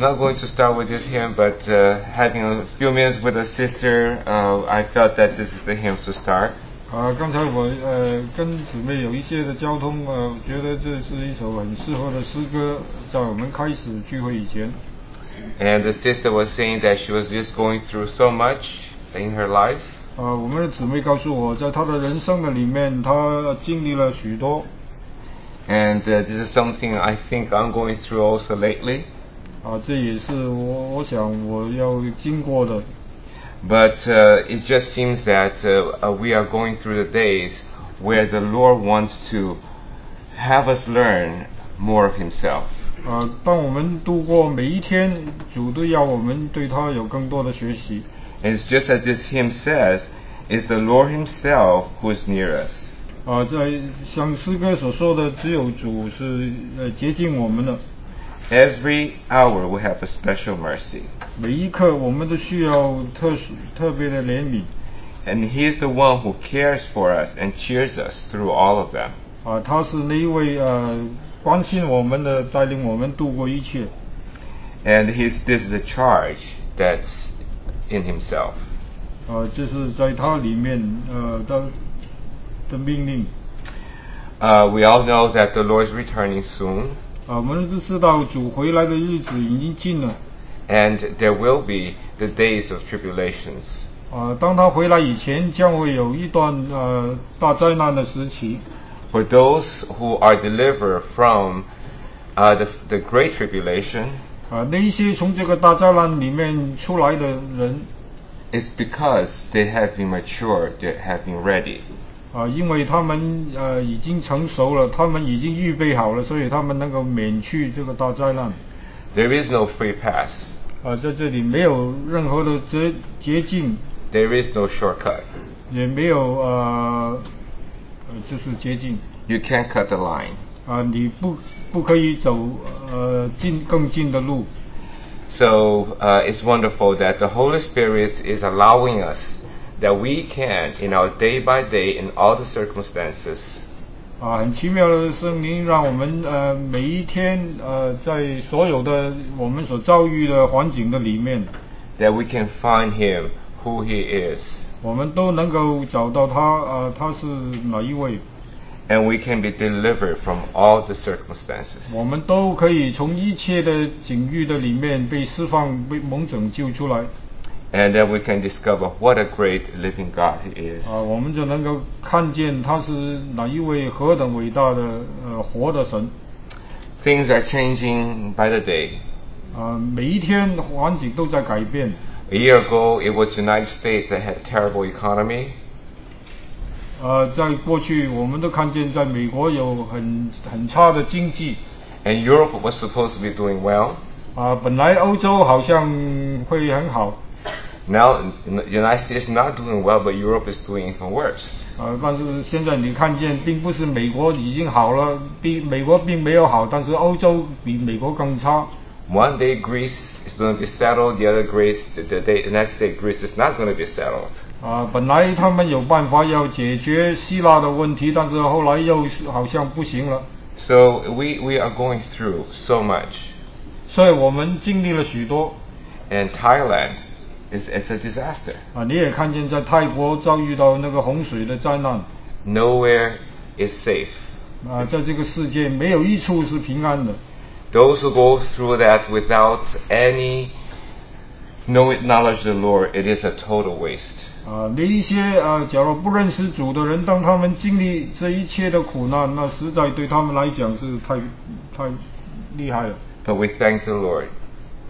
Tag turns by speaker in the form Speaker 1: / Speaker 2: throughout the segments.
Speaker 1: not going to start with this hymn, but uh, having a few minutes with a sister, uh, I felt that this is the hymn to start.
Speaker 2: 啊，刚才我呃跟姊妹有一些的交通啊，我觉得这是一首很适合的诗歌，在我们开始聚会以前，
Speaker 1: And the sister was saying that she was just going through so much in her life,
Speaker 2: 啊，我们的姊妹告诉我，在她的人生的里面，她经历了许多
Speaker 1: and uh, this is something I think I'm going through also lately.
Speaker 2: 啊，这也是我我想我要经过的
Speaker 1: But uh, it just seems that uh, uh, we are going through the days where the Lord wants to have us learn more of Himself.
Speaker 2: 啊。当我们度过每一天，主都要我们对他有更多的学习
Speaker 1: And it's just as this hymn says, it's the Lord Himself who is near us.
Speaker 2: 啊。在像诗歌所说的，只有主是呃接近我们的，
Speaker 1: Every hour we have a special mercy.
Speaker 2: 每一刻我们都需要特殊特别的怜悯。
Speaker 1: And He is the one who cares for us and cheers us through all of them.
Speaker 2: 啊，他是那一位呃关心我们的，带领我们度过一切。
Speaker 1: And he's, this is the charge that's in Himself.
Speaker 2: 啊，这是在他里面呃的的命令。
Speaker 1: Uh, we all know that the Lord is returning soon.
Speaker 2: 啊，我们都知道主回来的日子已经近了。
Speaker 1: and there will be the days of tribulations.
Speaker 2: 啊，当他回来以前，将会有一段呃大灾难的时期。
Speaker 1: For those who are delivered from uh, the, the great tribulation,
Speaker 2: 啊，那一些从这个大灾难里面出来的人，
Speaker 1: it's because they have been matured, they have been ready.
Speaker 2: 啊，因为他们呃已经成熟了，他们已经预备好了，所以他们能够免去这个大灾难。
Speaker 1: There is no free pass,
Speaker 2: 啊，在这里没有任何的呃捷捷径，
Speaker 1: there is no shortcut.
Speaker 2: 也没有呃，呃，就是捷径
Speaker 1: You can't cut the line.
Speaker 2: 啊，你不不可以走呃近更近的路
Speaker 1: So uh, it's wonderful that the Holy Spirit is allowing us that we can, in our day by day, in all the circumstances,
Speaker 2: 啊，很奇妙的圣灵让我们呃每一天呃在所有的我们所遭遇的环境的里面，
Speaker 1: that we can find Him who He is.
Speaker 2: 我们都能够找到他呃他是哪一位，
Speaker 1: and we can be delivered from all the circumstances.
Speaker 2: 我们都可以从一切的境遇的里面被释放被蒙拯救出来。
Speaker 1: And then we can discover what a great living God He is.
Speaker 2: 啊，我们就能够看见他是哪一位何等伟大的呃活的神
Speaker 1: Things are changing by the day.
Speaker 2: 啊！每一天环境都在改变
Speaker 1: A year ago, it was United States that had terrible economy,
Speaker 2: 啊！在过去，我们都看见在美国有很很差的经济
Speaker 1: and Europe was supposed to be doing well.
Speaker 2: 啊，本来欧洲好像会很好
Speaker 1: Now, the United States is not doing well, but Europe is doing even worse.
Speaker 2: 啊，但是现在你看见并不是美国已经好了，并美国并没有好，但是欧洲比美国更差。
Speaker 1: One day Greece is going to be settled, the other Greece, the, the, day, the next day Greece is not going to be settled.
Speaker 2: 啊，本来他们有办法要解决希腊的问题，但是后来又好像不行了。
Speaker 1: So we, we are going through so much.
Speaker 2: 所以我们经历了许多
Speaker 1: and Thailand is, is a disaster.
Speaker 2: 啊，你也看见在泰国遭遇到那个洪水的灾难
Speaker 1: Nowhere is safe.
Speaker 2: 啊，在这个世界没有一处是平安的
Speaker 1: Those who go through that without any know knowledge of the Lord, it is a total waste.
Speaker 2: 啊。那一些啊，假如不认识主的人，当他们经历这一切的苦难，那实在对他们来讲是太太厉害了。
Speaker 1: But we thank the Lord.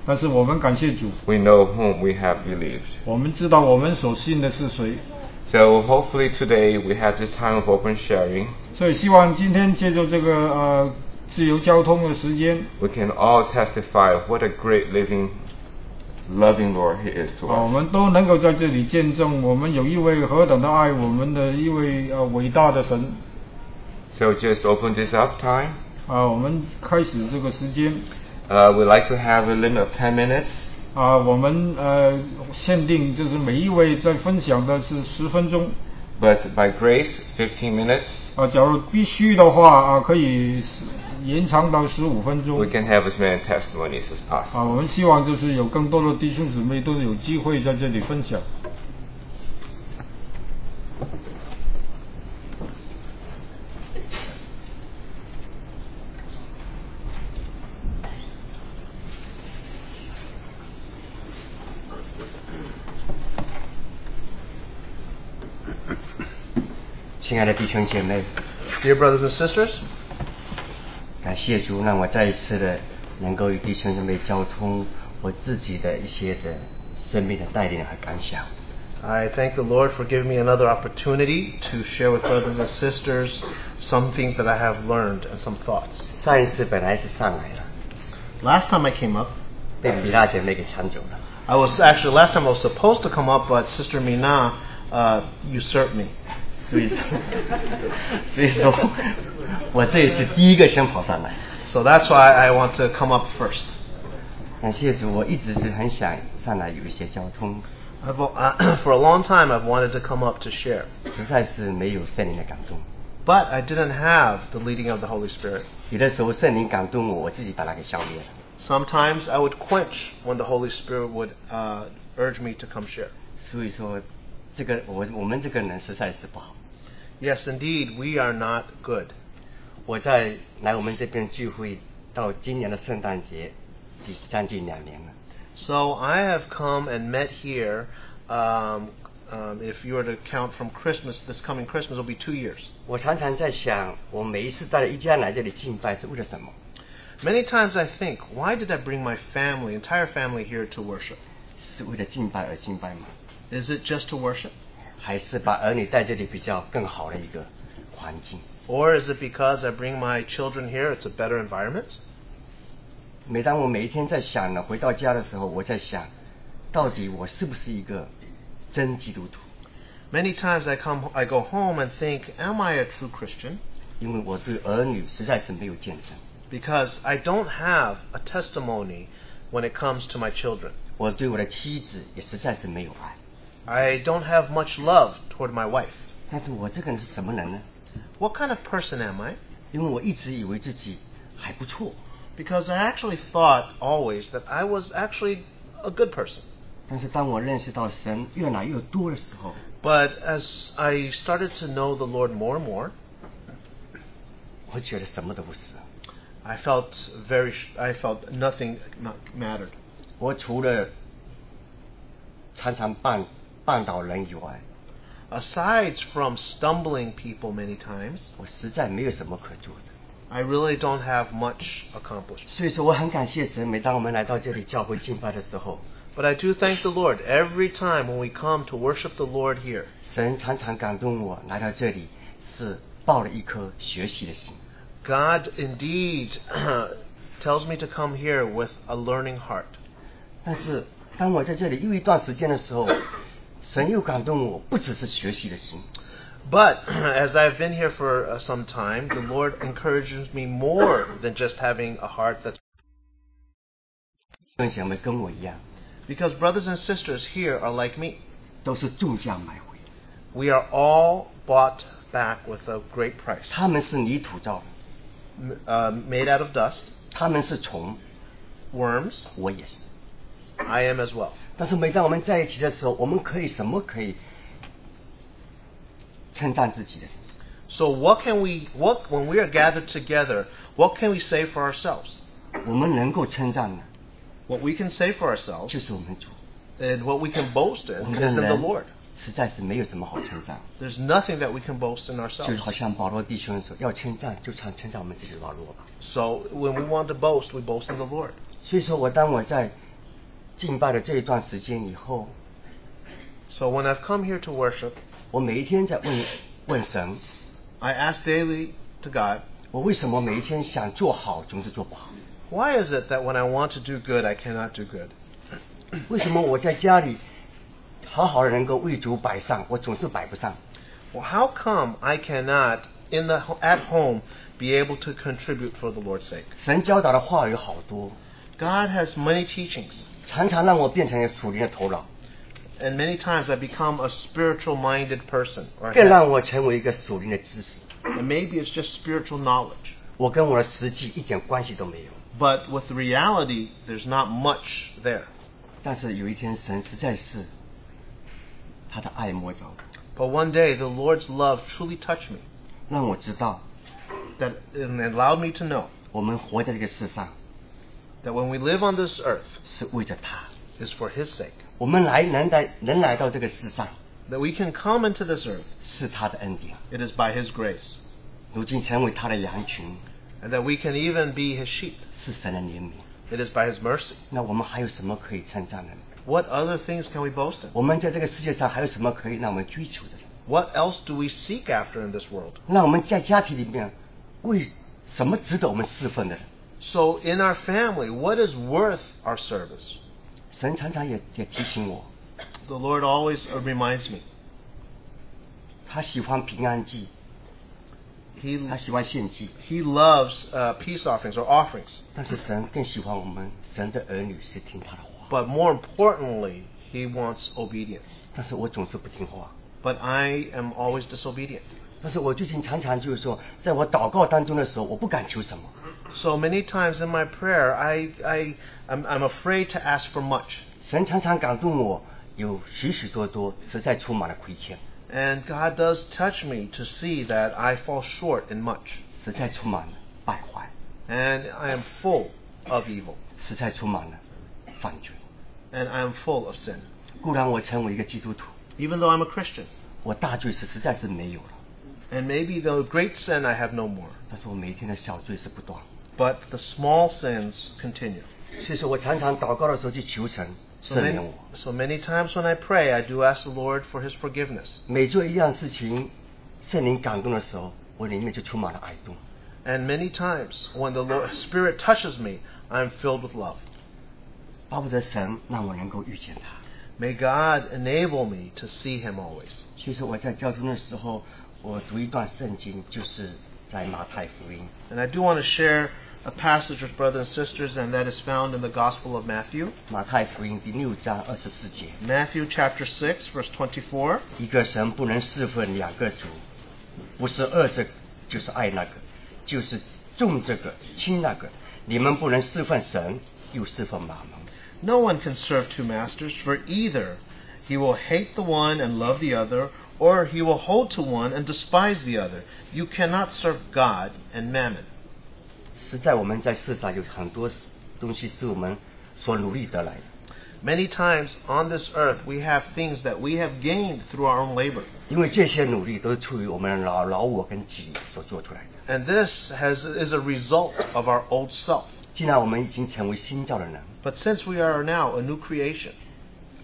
Speaker 2: 但是我们感谢主，
Speaker 1: We know whom we have believed.
Speaker 2: 我们知道我们所信的是谁，
Speaker 1: So hopefully today we have this time of open sharing.
Speaker 2: 所以希望今天借助这个呃自由交通的时间，
Speaker 1: We can all testify of what a great living, loving Lord He is to
Speaker 2: 啊，我
Speaker 1: us.
Speaker 2: 们都能够在这里见证，我们有一位何等的爱我们的一位呃伟大的神
Speaker 1: So just open this up time.
Speaker 2: 啊！我们开始这个时间
Speaker 1: Uh, we like to have a limit of 10 minutes.
Speaker 2: 啊，我们呃限定就是每一位在分享的是十分钟
Speaker 1: But by grace, 15 minutes.
Speaker 2: 啊，假如必须的话啊，可以延长到十五分
Speaker 1: We
Speaker 2: 钟。
Speaker 1: can have as many testimonies as
Speaker 2: 啊，
Speaker 1: possible.
Speaker 2: 我们希望就是有更多的弟兄姊妹都有机会在这里分享。
Speaker 3: 亲爱的弟兄姐妹，
Speaker 4: Dear brothers and sisters,
Speaker 3: 感谢主让我再一次的能够与弟兄姐妹交通我自己的一些的生命的带领和感想。
Speaker 4: I thank the Lord for giving me another opportunity to share with brothers and sisters some things that I have learned and some thoughts.
Speaker 3: 上一次本来是上来了，
Speaker 4: Last time I came up,
Speaker 3: 被比大姐妹给抢走了。
Speaker 4: I was actually last time I was supposed to come up, but Sister Mina uh, usurped me.
Speaker 3: 所以说， 所以说我这一次第一个先跑上来。
Speaker 4: So that's why I want to come up first.
Speaker 3: 感谢主，我一直是很想上来有一些交通，
Speaker 4: I've, uh, for a long time, I've wanted to come up to share,
Speaker 3: 实在是没有圣灵的感动。
Speaker 4: but I didn't have the leading of the Holy Spirit.
Speaker 3: 有的时候圣灵感动我，我自己把它给消灭了。
Speaker 4: Sometimes I would quench when the Holy Spirit would uh, urge me to come share.
Speaker 3: 所以说，这个我我们这个人实在是不好。
Speaker 4: Yes, indeed, we are not good.
Speaker 3: 我在来我们这边聚会到今年的圣诞节，几将近两年了。
Speaker 4: So I have come and met here. Um, um, if you were to count from Christmas, this coming Christmas will be two years.
Speaker 3: 我常常在想，我每一次带着一家人来这里敬拜是为了什么？
Speaker 4: Many times I think, why did I bring my family, entire family, here to worship?
Speaker 3: 是为了敬拜而敬拜吗？
Speaker 4: Is it just to worship?
Speaker 3: 还是把儿女带这里比较更好的一个环境？
Speaker 4: Or is it because I bring my children here, it's a better environment?
Speaker 3: 每当我每一天在想呢，回到家的时候，我在想，到底我是不是一个真基督徒？
Speaker 4: Many times I come, I go home and think, am I a true Christian?
Speaker 3: 因为我对儿女实在是没有见证，
Speaker 4: Because I don't have a testimony when it comes to my children.
Speaker 3: 我对我的妻子也实在是没有爱。
Speaker 4: I don't have much love toward my wife.
Speaker 3: 但是我这个人是什么人呢？
Speaker 4: What kind of person am I?
Speaker 3: 因为我一直以为自己还不错，
Speaker 4: Because I actually thought always that I was actually a good person.
Speaker 3: 但是当我认识到神越来越多的时候，
Speaker 4: But as I started to know the Lord more and more,
Speaker 3: 我觉得什么都不是。
Speaker 4: I felt very, sh- I felt nothing ma- mattered.
Speaker 3: 我除了常常绊绊倒人以外，
Speaker 4: Aside from stumbling people many times,
Speaker 3: 我实在没有什么可做的。
Speaker 4: I really don't have much accomplished.
Speaker 3: 所以说，我很感谢神。每当我们来到这里教会敬拜的时候，
Speaker 4: But I do thank the Lord every time when we come to worship the Lord here.
Speaker 3: 神常常感动我来到这里是抱了一颗学习的心。
Speaker 4: God indeed tells me to come here with a learning heart.
Speaker 3: 但是当我在这里又一段时间的时候，神又感动我，不只是学习的心，
Speaker 4: But as I've been here for uh, some time, the Lord encourages me more than just having a heart that's.
Speaker 3: 弟兄姐妹跟我一样，
Speaker 4: Because brothers and sisters here are like me.
Speaker 3: 都是重价买回，
Speaker 4: We are all bought back with a great price,
Speaker 3: 他们是泥土造的，
Speaker 4: M- uh, made out of dust,
Speaker 3: 他们是虫，
Speaker 4: worms.
Speaker 3: 我也是。
Speaker 4: I am as well.
Speaker 3: 但是每当我们在一起的时候，我们可以什么可以称赞自己的？
Speaker 4: So what can we? What when we are gathered together? What can we say for ourselves?
Speaker 3: 我们能够称赞的，
Speaker 4: What we can say for
Speaker 3: 就
Speaker 4: ourselves
Speaker 3: 是我们主。
Speaker 4: and what we can boast
Speaker 3: 我
Speaker 4: in
Speaker 3: 们
Speaker 4: is in the
Speaker 3: 人
Speaker 4: Lord.
Speaker 3: 实在是没有什么好称赞，
Speaker 4: There's nothing that we can boast in
Speaker 3: 就
Speaker 4: ourselves.
Speaker 3: 好像保罗弟兄说，要称赞就称称赞我们自己的软弱吧。
Speaker 4: So when we want to boast, we boast in the Lord.
Speaker 3: 所以说我当我在敬拜的这一段时间以后，
Speaker 4: So when I've come here to worship,
Speaker 3: 我每一天在问问神，
Speaker 4: I ask daily to God,
Speaker 3: 我为什么每一天想做好总是做不好？
Speaker 4: why is it that when I want to do good, I cannot do good?
Speaker 3: 为什么我在家里好好的能够为主摆上，我总是摆不上？
Speaker 4: Well, how come I cannot in the at home be able to contribute for the Lord's sake?
Speaker 3: 神教导的话有好多，
Speaker 4: God has many teachings,
Speaker 3: 常常让我变成属灵的头脑，
Speaker 4: and many times I become a spiritual-minded person, or
Speaker 3: 更让我成为一个属灵的知识。
Speaker 4: and maybe it's just spiritual knowledge.
Speaker 3: 我跟我的实际一点关系都没有。
Speaker 4: But with reality, there's not much there.
Speaker 3: 但是有一天，神实在是他的爱摸着我，
Speaker 4: But one day, the Lord's love truly touched me
Speaker 3: 让我知道
Speaker 4: that, and allowed me to know
Speaker 3: 我们活在这个世上
Speaker 4: that when we live on this earth,
Speaker 3: 是为着他。
Speaker 4: is for His sake.
Speaker 3: 我们来能来能来到这个世上
Speaker 4: That we can come into this earth,
Speaker 3: 是他的恩典，
Speaker 4: it is by His grace.
Speaker 3: 如今成为他的羊群
Speaker 4: And that we can even be His sheep,
Speaker 3: 是神的怜悯。
Speaker 4: it is by His mercy.
Speaker 3: 那我们还有什么可以称赞的呢？
Speaker 4: What other things can we boast in?
Speaker 3: 我们在这个世界上还有什么可以让我们追求的呢？
Speaker 4: What else do we seek after in this world?
Speaker 3: 那我们在家庭里面为什么值得我们侍奉的呢？
Speaker 4: So, in our family, what is worth our service?
Speaker 3: 神常常也也提醒我，
Speaker 4: The Lord always reminds me.
Speaker 3: 他喜欢平安祭，
Speaker 4: He
Speaker 3: 他喜欢献祭，
Speaker 4: He loves uh, peace offerings or offerings,
Speaker 3: 但是神更喜欢我们神的儿女是听他的话。
Speaker 4: but more importantly, He wants obedience.
Speaker 3: 但是我总是不听话。
Speaker 4: But I am always disobedient.
Speaker 3: 但是我最近常常就是说，在我祷告当中的时候，我不敢求什么，
Speaker 4: So many times in my prayer, I, I, I'm, I'm afraid to ask for much.
Speaker 3: 神常常感动我，有许许多多实在充满了亏欠，
Speaker 4: And God does touch me to see that I fall short in much.
Speaker 3: 实在充满了败坏，
Speaker 4: And I am full of evil.
Speaker 3: 实在充满了犯罪。
Speaker 4: And I am full of sin.
Speaker 3: 固然我成为一个基督徒，
Speaker 4: Even though I'm a Christian.
Speaker 3: 我大罪是实在是没有了，
Speaker 4: And maybe the great sin I have no more.
Speaker 3: 但是我每天的小罪是不断。
Speaker 4: But the small sins continue.
Speaker 3: 所以说我常常祷告的时候去求神
Speaker 4: So
Speaker 3: 赦免
Speaker 4: many,
Speaker 3: 我。
Speaker 4: so many times when I pray, I do ask the Lord for His forgiveness.
Speaker 3: 每做一样事情，圣灵感动的时候，我里面就充满了爱动。
Speaker 4: And many times when the Lord, Spirit touches me, I am filled with love.
Speaker 3: 巴不得神让我能够遇见他。
Speaker 4: May God enable me to see Him always.
Speaker 3: 其实我在交通的时候，我读一段圣经，就是在马太福音。
Speaker 4: And I do want to share a passage with brothers and sisters, and that is found in the Gospel of Matthew.
Speaker 3: 马太福音第六章二十四节，
Speaker 4: Matthew chapter 6, verse 24.
Speaker 3: 一个神不能侍奉两个主，不是爱这个，就是爱那个，就是重这个轻那个。你们不能侍奉神，又侍奉马门。
Speaker 4: No one can serve two masters, for either he will hate the one and love the other, or he will hold to one and despise the other. You cannot serve God and mammon.
Speaker 3: 实在我们在世上有很多东西是我们所努力得来的，
Speaker 4: Many times on this earth, we have things that we have gained through our own labor.
Speaker 3: 因为这些努力都是出于我们老老我跟己所做出来的。
Speaker 4: And this has, is a result of our old self.
Speaker 3: 既然我们已经成为新造的人，
Speaker 4: But since we are now a new creation,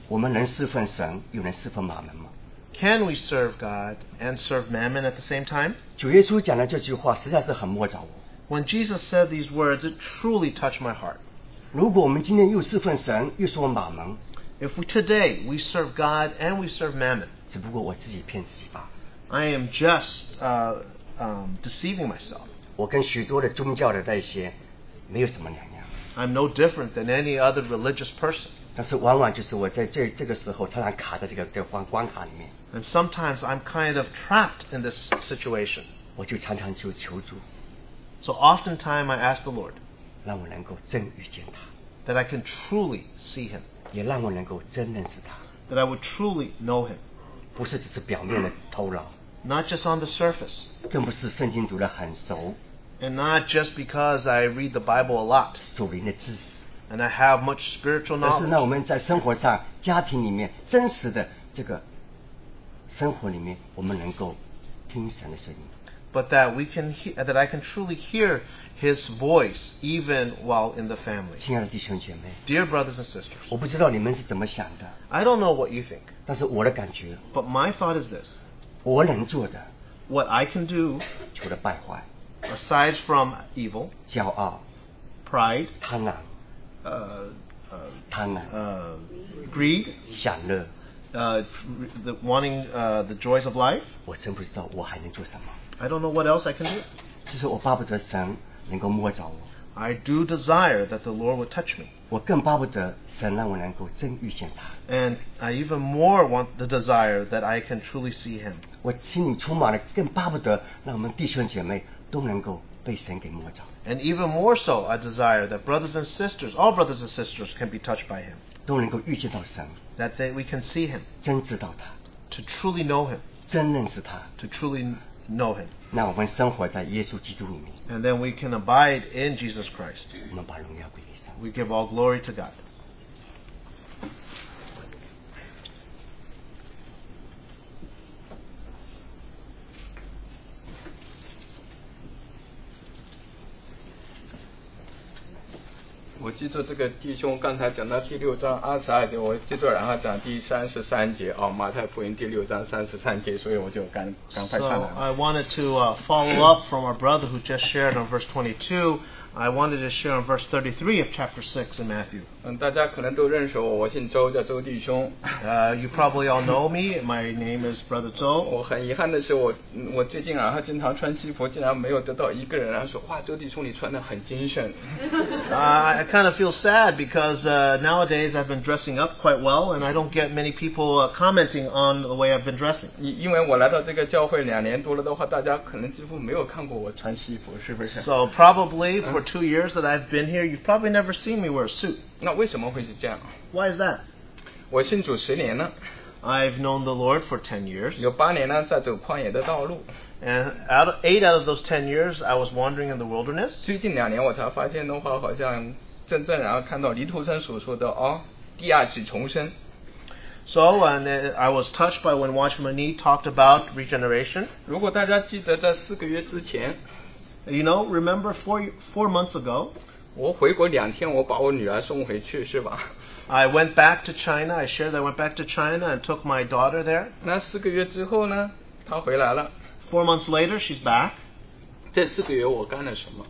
Speaker 3: 我们能侍奉神，又能侍奉马门吗？
Speaker 4: can we serve God and serve mammon at the same time?
Speaker 3: 主耶稣讲的这句话实在是很摸着我。
Speaker 4: When Jesus said these words, it truly touched my heart.
Speaker 3: 如果我们今天又侍奉神，又说马门，
Speaker 4: If we, today we serve God and we serve mammon,
Speaker 3: 只不过我自己骗自己吧。
Speaker 4: I am just uh, um, deceiving myself.
Speaker 3: 我跟许多的宗教的那些没有什么两样，
Speaker 4: I'm no different than any other religious person.
Speaker 3: 但是往往就是我在这这个时候常常卡在这个这个关关卡里面，
Speaker 4: And sometimes I'm kind of trapped in this situation.
Speaker 3: 我就常常就求助，
Speaker 4: So oftentimes I ask the Lord
Speaker 3: 让我能够真遇见他，
Speaker 4: that I can truly see Him,
Speaker 3: 也让我能够真认识他，
Speaker 4: that I would truly know Him,
Speaker 3: 不是只是表面的偷懒，
Speaker 4: not just on the surface,
Speaker 3: 更不是圣经读得很熟，
Speaker 4: and not just because I read the Bible a lot
Speaker 3: 属灵的知识，
Speaker 4: and I have much spiritual
Speaker 3: 而是让我
Speaker 4: knowledge,
Speaker 3: 们在生活上、家庭里面真实的这个生活里面，我们能够听神的声音。
Speaker 4: but that we can he- that I can truly hear His voice even while in the family.
Speaker 3: 亲爱的弟兄姐妹，
Speaker 4: Dear brothers and sisters,
Speaker 3: 我不知道你们是怎么想的，
Speaker 4: I don't know what you think,
Speaker 3: 但是我的感觉，
Speaker 4: but my thought is this:
Speaker 3: 我能做的，
Speaker 4: what I can do
Speaker 3: 除了败坏、
Speaker 4: aside from evil,
Speaker 3: 骄傲、
Speaker 4: pride,
Speaker 3: 贪婪、
Speaker 4: uh, uh,
Speaker 3: 贪婪、
Speaker 4: uh, greed,
Speaker 3: 享乐，
Speaker 4: uh, the, wanting uh, the joys of life.
Speaker 3: 我真不知道我还能做什么。
Speaker 4: I don't know what else I can do.
Speaker 3: 就是我巴不得神能够摸着我，
Speaker 4: I do desire that the Lord would touch me.
Speaker 3: 我更巴不得神让我能够真遇见他。
Speaker 4: And I even more want the desire that I can truly see Him.
Speaker 3: 我心里充满了更巴不得让我们弟兄姐妹都能够被神给摸着。
Speaker 4: And even more so, I desire that brothers and sisters, all brothers and sisters, can be touched by Him,
Speaker 3: 都能够遇见到神，
Speaker 4: that they, we can see Him,
Speaker 3: 真知道他，
Speaker 4: to truly know Him,
Speaker 3: 真认识他。
Speaker 4: to truly know Him.
Speaker 3: 那我们生活在耶稣基督里面，
Speaker 4: And then we can abide in Jesus Christ.
Speaker 3: 我们把荣耀归给神。
Speaker 4: We give all glory to God.
Speaker 5: 我记住这个弟兄刚才讲到第六章二十二节，我记住，然后讲第三十三节哦，马太福音第六章三十三节，所以我就赶赶
Speaker 4: So
Speaker 5: 快上来了。
Speaker 4: I wanted to uh, follow up from our brother who just shared on verse 22. I wanted to share on verse 33 of chapter 6 in Matthew.
Speaker 5: 嗯，大家可能都认识我，我姓周，叫周弟兄。
Speaker 4: Uh, you probably all know me. My name is Brother
Speaker 5: 我
Speaker 4: Zhou.
Speaker 5: 很遗憾的是我，嗯我最近然后经常穿西服，竟然没有得到一个人然后说哇，周弟兄你穿的很精神。
Speaker 4: Uh, I kind of feel sad because uh, nowadays I've been dressing up quite well, and I don't get many people uh, commenting on the way I've been dressing.
Speaker 5: 因因为我来到这个教会两年多了的话，大家可能几乎没有看过我穿西服，是不是？
Speaker 4: So probably for two years that I've been here, you've probably never seen me wear a suit.
Speaker 5: 那为什么会是这样？
Speaker 4: Why is that?
Speaker 5: 我信主十年了，
Speaker 4: I've known the Lord for 10 years,
Speaker 5: 有八年呢在走旷野的道路，
Speaker 4: and out of, eight out of those 10 years, I was wandering in the wilderness.
Speaker 5: 最近两年我才发现的话，好像真正然后看到黎图生所说的哦，第二次重生。
Speaker 4: So, and uh, I was touched by when Watchman Nee talked about regeneration.
Speaker 5: 如果大家记得在四个月之前，
Speaker 4: You know, remember four four months ago,
Speaker 5: 我回国两天，我把我女儿送回去，是吧？
Speaker 4: I went back to China. I shared that I went back to China and took my daughter there.
Speaker 5: 那四个月之后呢，她回来了。
Speaker 4: Four months later, she's back.
Speaker 5: 这四个月我干了什么？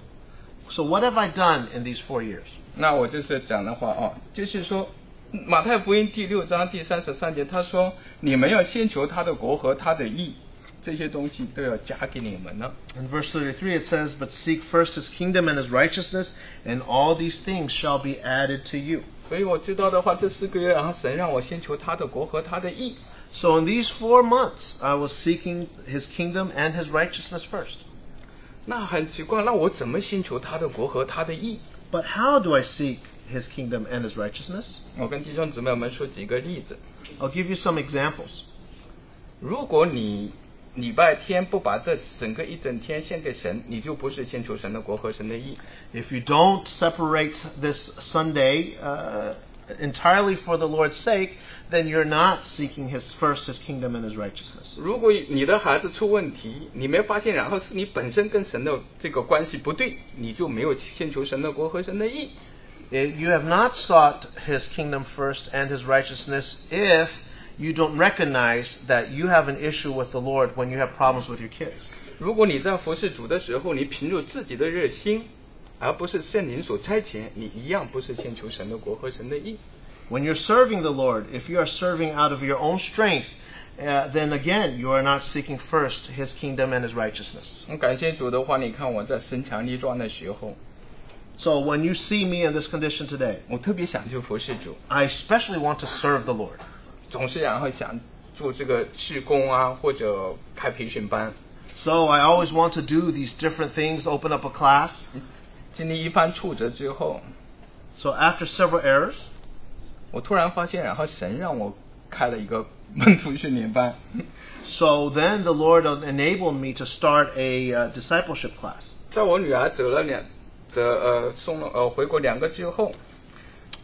Speaker 4: So, what have I done in these four years?
Speaker 5: 那我就是讲的话哦，就是说，马太福音第六章第三十三节，他说：“你们要先求他的国和他的义，这些东西都要加给你们了。
Speaker 4: In verse 33, it says, But seek first his kingdom and his righteousness, and all these things shall be added to you. ”
Speaker 5: 所以我知道的话，这四个月，然后神让我先求他的国和他的义。
Speaker 4: So, in these four months, I was seeking his kingdom and his righteousness first.
Speaker 5: 那很奇怪，那我怎么先求他的国和他的义？
Speaker 4: But how do I seek his kingdom and his righteousness?
Speaker 5: 我跟弟兄姊妹们说几个例子。
Speaker 4: I'll give you some examples.
Speaker 5: 如果你礼拜天不把这整个一整天献给神，你就不是先求神的国和神的义。
Speaker 4: If you don't separate this Sunday uh, entirely for the Lord's sake, then you're not seeking his first his kingdom and his righteousness.
Speaker 5: 如果你的孩子出问题，你没发现，然后是你本身跟神的这个关系不对，你就没有先求神的国和神的义。
Speaker 4: If you have not sought his kingdom first and his righteousness if you don't recognize that you have an issue with the Lord when you have problems with your kids.
Speaker 5: 如果你在服侍主的时候，你凭着自己的热心，而不是圣灵所差遣，你一样不是先求神的国和神的义。
Speaker 4: When you're serving the Lord, if you are serving out of your own strength, uh, then again, you are not seeking first his kingdom and his righteousness.
Speaker 5: 很感谢主的话，你看我在身强力壮的时候，
Speaker 4: So when you see me in this condition today,
Speaker 5: 我特别想去服侍主，
Speaker 4: I especially want to serve the Lord.
Speaker 5: 总是然后想做这个志工啊，或者开培训班。
Speaker 4: So I always want to do these different things, open up a class.
Speaker 5: 经历一番挫折之后，
Speaker 4: So after several errors,
Speaker 5: 我突然发现，然后神让我开了一个门徒训练班。
Speaker 4: so then the Lord enabled me to start a uh, discipleship class.
Speaker 5: 在我女儿走了两，走呃送了呃回国两个之后，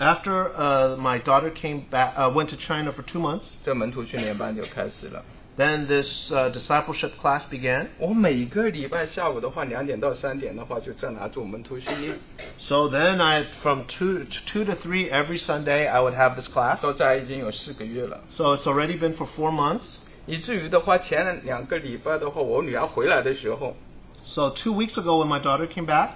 Speaker 4: After uh, my daughter came back, uh, went to China for two months,
Speaker 5: 这门徒训练班就开始了。
Speaker 4: then this uh, discipleship class began.
Speaker 5: 我每个礼拜下午的话，两点到三点的话，就在那做门徒训练，
Speaker 4: So then I, from two, two to three every Sunday, I would have this class.
Speaker 5: 到在已经有四个月了，
Speaker 4: So it's already been for four months.
Speaker 5: 以至于的话，前两个礼拜的话，我女儿回来的时候，
Speaker 4: So two weeks ago when my daughter came back,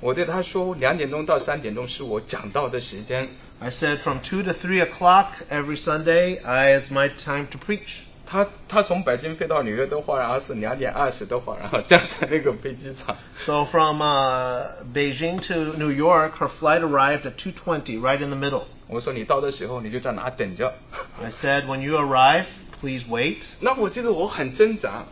Speaker 5: 我对她说，两点钟到三点钟是我讲道的时间。
Speaker 4: I said from 2 to 3 o'clock every Sunday I, is my time to preach.
Speaker 5: 她她从北京飞到纽约的话，然后是两点二十的话，然后降在那个飞机场。
Speaker 4: So from uh, Beijing to New York, her flight arrived at 2.20, right in the middle.
Speaker 5: 我说你到的时候你就在哪等着。
Speaker 4: I said, when you arrive, please wait.
Speaker 5: 那我记得我很挣扎，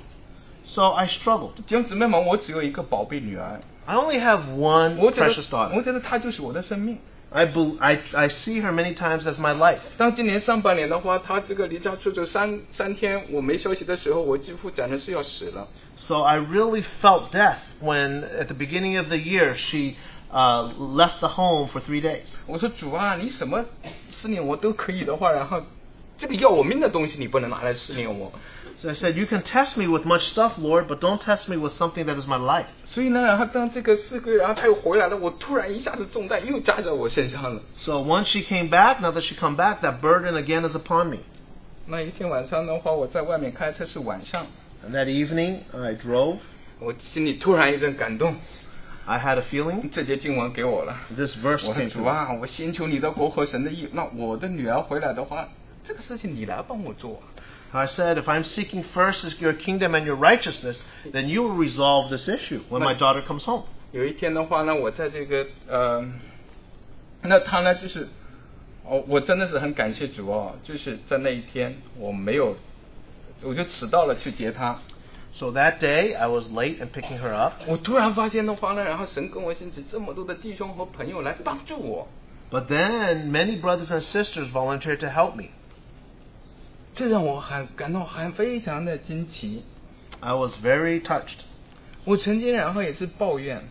Speaker 4: So I struggled.
Speaker 5: 弟兄姊妹们，我只有一个宝贝女儿，
Speaker 4: I only have one
Speaker 5: 我觉得
Speaker 4: precious，daughter.
Speaker 5: 我觉得她就是我的生命。
Speaker 4: I, bel I, I see her many times as my life.
Speaker 5: 当今年上半年的话，她这个离家出走三三天，我没休息的时候，我几乎简直是要死了。
Speaker 4: So I really felt death when, at the beginning of the year, she uh, left the home for three days.
Speaker 5: 我说主啊，你什么试炼我都可以的话，然后这个要我命的东西你不能拿来试炼我。
Speaker 4: So I said, You can test me with much stuff, Lord, but don't test me with something that is my life.
Speaker 5: 所以呢，然后当这个四个月，然后他又回来了，我突然一下子重担又加在我身上了。
Speaker 4: So once she came back, now that she come back, that burden again is upon me.
Speaker 5: 那一天晚上的话，我在外面开车是晚上，
Speaker 4: And that evening, I drove.
Speaker 5: 我心里突然一阵感动，
Speaker 4: I had a feeling.
Speaker 5: 这节经文给我了。
Speaker 4: This verse
Speaker 5: 我说
Speaker 4: came
Speaker 5: 主
Speaker 4: to me.
Speaker 5: 啊，我先求你的国和神的意。那我的女儿回来的话，这个事情你来帮我做啊。
Speaker 4: I said, If I'm seeking first is your kingdom and your righteousness, then you will resolve this issue when my
Speaker 5: Right.
Speaker 4: daughter comes home.
Speaker 5: 有一天的话呢，我在这个呃，那他呢就是，哦，我真的是很感谢主哦，就是在那一天我没有，我就迟到了去接他。
Speaker 4: So that day, I was late in picking her up.
Speaker 5: 我突然发现的话呢，然后神跟我兴起这么多的弟兄和朋友来帮助我，
Speaker 4: But then many brothers and sisters volunteered to help me.
Speaker 5: 这让我很感到很非常的惊奇。
Speaker 4: I was very touched.
Speaker 5: 我曾经然后也是抱怨，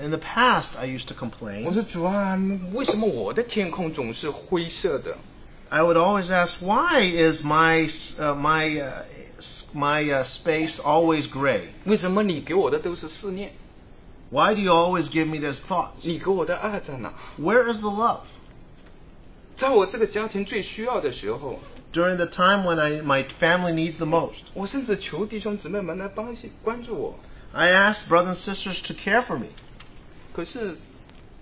Speaker 4: In the past, I used to
Speaker 5: 我
Speaker 4: complain.
Speaker 5: 说主啊，为什么我的天空总是灰色的？
Speaker 4: I would always ask, why is my uh, my uh, s- my uh, space always gray?
Speaker 5: 为什么你给我的都是思念？
Speaker 4: Why do you always give me these thoughts?
Speaker 5: 你给我的爱在哪？
Speaker 4: Where is the love?
Speaker 5: 在我这个家庭最需要的时候，
Speaker 4: During the time when I my family needs the most,
Speaker 5: 我甚至求弟兄姊妹们来帮系关注我。
Speaker 4: I asked brothers and sisters to care for me,
Speaker 5: 可是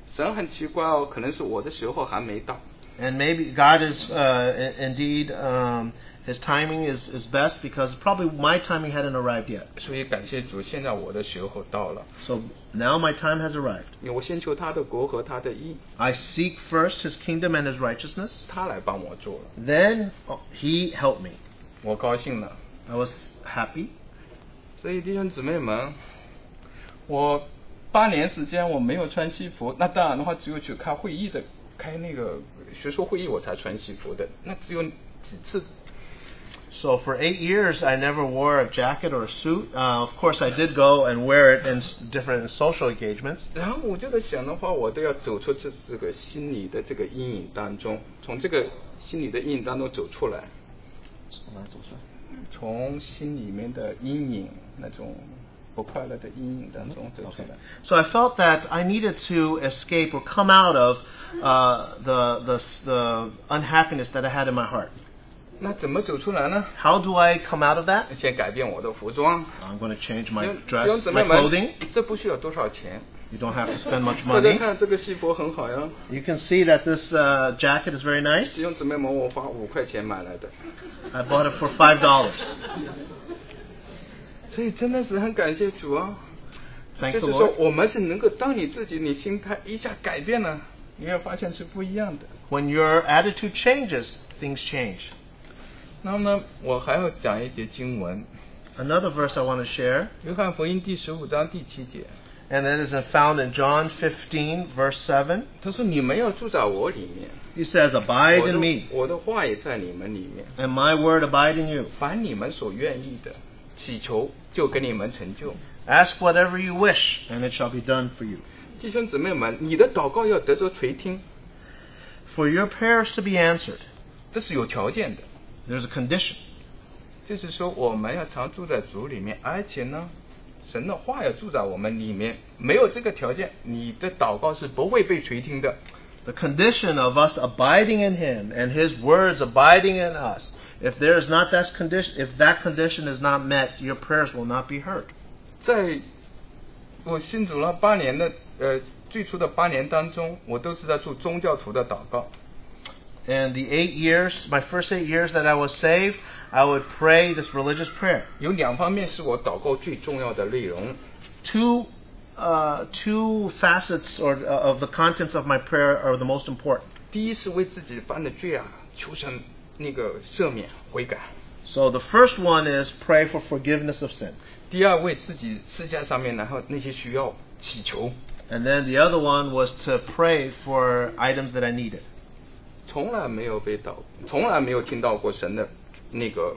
Speaker 5: 神很奇怪哦，可能是我的时候还没到。
Speaker 4: and maybe God is uh, i- indeed um, His timing is is best because probably my timing hadn't arrived yet.
Speaker 5: 所以感谢主，现在我的时候到了。
Speaker 4: So now my time has arrived.
Speaker 5: 因为我先求他的国和他的义，
Speaker 4: I seek first His kingdom and His righteousness.
Speaker 5: 他来帮我做了，
Speaker 4: Then oh, He helped me.
Speaker 5: 我高兴了。
Speaker 4: I was happy.
Speaker 5: 所以弟兄姊妹们，我八年时间我没有穿西服，那当然的话只有去开会议的，开那个学术会议我才穿西服的，那只有几次。
Speaker 4: So for eight years, I never wore a jacket or a suit. Uh, of course, I did go and wear it in s- different social engagements.
Speaker 5: 然后我就在想的话，我都要走出这这个心理的这个阴影当中，从这个心理的阴影当中走出来，从心里面的阴影那种不快乐的阴影当中走出来。
Speaker 4: So I felt that I needed to escape or come out of uh, the, the s- the unhappiness that I had in my heart.
Speaker 5: 那怎么走出来呢？
Speaker 4: How do I come out of that?
Speaker 5: 先改变我的服装。
Speaker 4: I'm going to change
Speaker 5: 弟
Speaker 4: my
Speaker 5: 兄弟兄
Speaker 4: dress,
Speaker 5: 姊
Speaker 4: my
Speaker 5: 妹们
Speaker 4: clothing.，
Speaker 5: 这不需要多少钱。
Speaker 4: You don't have to spend much
Speaker 5: 大家
Speaker 4: money.
Speaker 5: 看这个西服很好呀，
Speaker 4: You can see that this uh, jacket is very
Speaker 5: 弟
Speaker 4: nice.
Speaker 5: 兄姊妹们，我花五块钱买来的，
Speaker 4: I bought it for five dollars.
Speaker 5: 所以真的是很感谢主啊。就
Speaker 4: Thank the
Speaker 5: 是说
Speaker 4: Lord.，
Speaker 5: 我们是能够当你自己，你心态一下改变了，你会发现是不一样的。
Speaker 4: When your attitude changes, things change.
Speaker 5: 那么呢，我还要讲一节经文，《
Speaker 4: Another verse I want to share,
Speaker 5: 约翰福音》第十五章第七节，
Speaker 4: and that is found in John 15, verse 7.
Speaker 5: 他说：“你们要住在我里面，
Speaker 4: He says, Abide
Speaker 5: 我
Speaker 4: in
Speaker 5: 的
Speaker 4: me,
Speaker 5: 我的话也在你们里面，
Speaker 4: and my word abide in you.
Speaker 5: 凡你们所愿意的，祈求就给你们成就。”
Speaker 4: Ask whatever you wish, and it shall be done for you.
Speaker 5: 弟兄姊妹们，你的祷告要得着垂听，
Speaker 4: For your prayers to be answered,
Speaker 5: 这是有条件的。
Speaker 4: there's a condition.
Speaker 5: 就是说，我们要常住在主里面，而且呢，神的话要住在我们里面。没有这个条件，你的祷告是不会被垂听的。
Speaker 4: The condition of us abiding in Him and His words abiding in us. If there is not that condition, if that condition is not met, your prayers will not be heard.
Speaker 5: 在我信主了八年的呃最初的八年当中，我都是在做宗教徒的祷告。
Speaker 4: And the eight years, my first eight years that I was saved, I would pray this religious prayer.
Speaker 5: 有两方面是我祷告最重要的内容。
Speaker 4: Two, uh, two facets or uh, of the contents of my prayer are the most important.
Speaker 5: 第一是为自己犯的罪啊，求神那个赦免悔改；
Speaker 4: So the first one is pray for forgiveness of sin.
Speaker 5: 第二为自己世界上面然后那些需要祈求，
Speaker 4: And then the other one was to pray for items that I needed.
Speaker 5: 从来没有被祷，从来没有听到过神的那个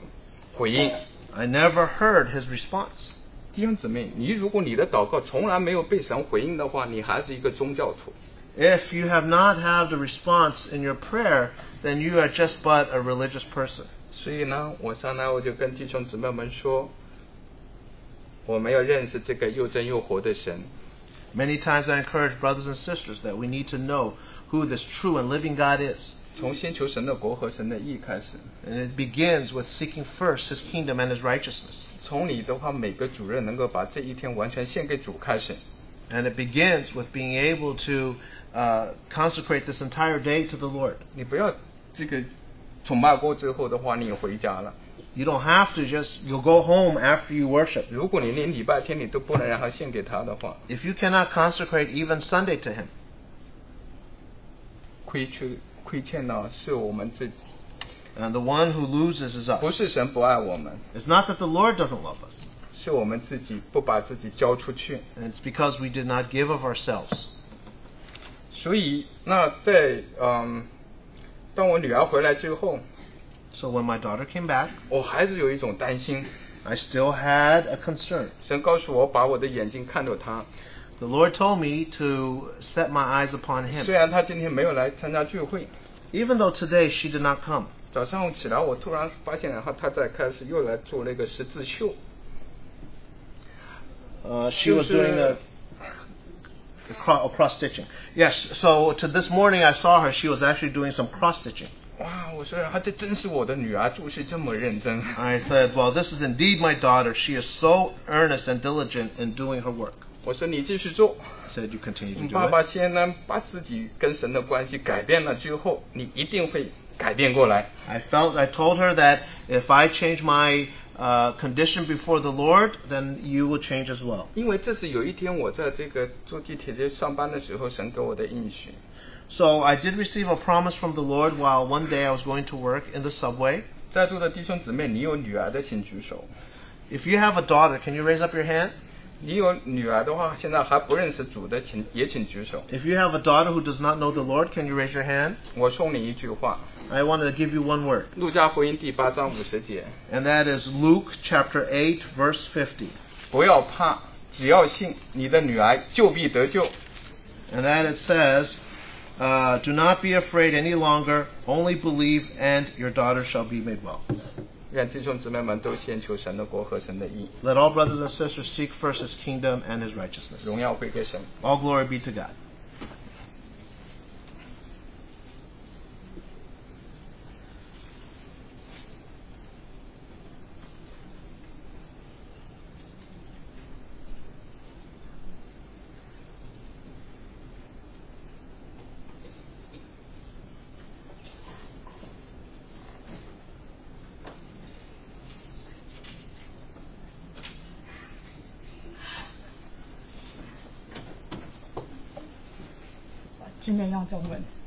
Speaker 5: 回应。
Speaker 4: I never heard his response.
Speaker 5: 弟兄姊妹，你如果你的祷告从来没有被神回应的话，你还是一个宗教徒。
Speaker 4: If you have not had the response in your prayer, then you are just but a religious person.
Speaker 5: 所以呢，我上来我就跟弟兄姊妹们说，我们要认识这个又真又活的神，
Speaker 4: Many times I encourage brothers and sisters that we need to know who this true and living God is.
Speaker 5: 从先求神的国和神的义开始。
Speaker 4: And it begins with seeking first his kingdom and his righteousness.
Speaker 5: 从你的话，每个主任能够把这一天完全献给主开始。
Speaker 4: And it begins with being able to uh, consecrate this entire day to the Lord.
Speaker 5: 你不要这个崇拜过之后的话，你回家了。
Speaker 4: You don't have to just, you'll go home after you worship.
Speaker 5: 如果你连礼拜天你都不能让他献给他的话，
Speaker 4: If you cannot consecrate even Sunday to him,
Speaker 5: 亏缺亏欠呢是我们自己，
Speaker 4: and uh, the one who loses is
Speaker 5: 不
Speaker 4: us.
Speaker 5: 是神不爱我们，
Speaker 4: It's not that the Lord doesn't love us.
Speaker 5: 是我们自己不把自己交出去。
Speaker 4: And it's because we did not give of ourselves.
Speaker 5: 所以那在嗯，当我女儿回来之后，
Speaker 4: So when my daughter came back,
Speaker 5: 我还是有一种担心。
Speaker 4: I still had a concern.
Speaker 5: 神告诉我，把我的眼睛看着他。
Speaker 4: The Lord told me to set my eyes upon
Speaker 5: 虽
Speaker 4: Him.
Speaker 5: 然他今天没有来参加聚会，
Speaker 4: Even though today she did not come,
Speaker 5: 早上起来我突然发现，然后他在开始又来做那个十字绣，
Speaker 4: uh, she was doing a, a cro- a cross stitching. Yes. So to this morning, I saw her. She was actually doing some cross stitching.
Speaker 5: 哇！我说，啊她这真是我的女儿，做事这么认真。
Speaker 4: I said, "Well, this is indeed my daughter. She is so earnest and diligent in doing her work."
Speaker 5: 我说你继续做。
Speaker 4: I said, "You continue to
Speaker 5: 你
Speaker 4: do
Speaker 5: 爸爸
Speaker 4: it."
Speaker 5: 先呢，把自己跟神的关系改变了之后，你一定会改变过来。
Speaker 4: I felt I told her that if I change my uh, condition before the Lord, then you will change as well.
Speaker 5: 因为这是有一天我在这个坐地铁去上班的时候，神给我的应许。
Speaker 4: So I did receive a promise from the Lord while one day I was going to work in the subway.
Speaker 5: 在座的弟兄姊妹，你有女儿的请举手。
Speaker 4: If you have a daughter, can you raise up your hand?
Speaker 5: 你有女儿的话，现在还不认识主的，请也请举手。
Speaker 4: If you have a daughter who does not know the Lord, can you raise your hand?
Speaker 5: 我送你一句话，
Speaker 4: I want to give you one word,
Speaker 5: 《路加福音》第八章五十节：
Speaker 4: and that is Luke chapter 8, verse 50.
Speaker 5: 不要怕，只要信，你的女儿就必得救。
Speaker 4: And that it says, uh, Do not be afraid any longer, only believe, and your daughter shall be made well.
Speaker 5: 愿弟兄姊妹们都先求神的国和神的义，
Speaker 4: Let all brothers and sisters seek first his kingdom and his righteousness.
Speaker 5: 荣耀归给神。
Speaker 4: All glory be to God.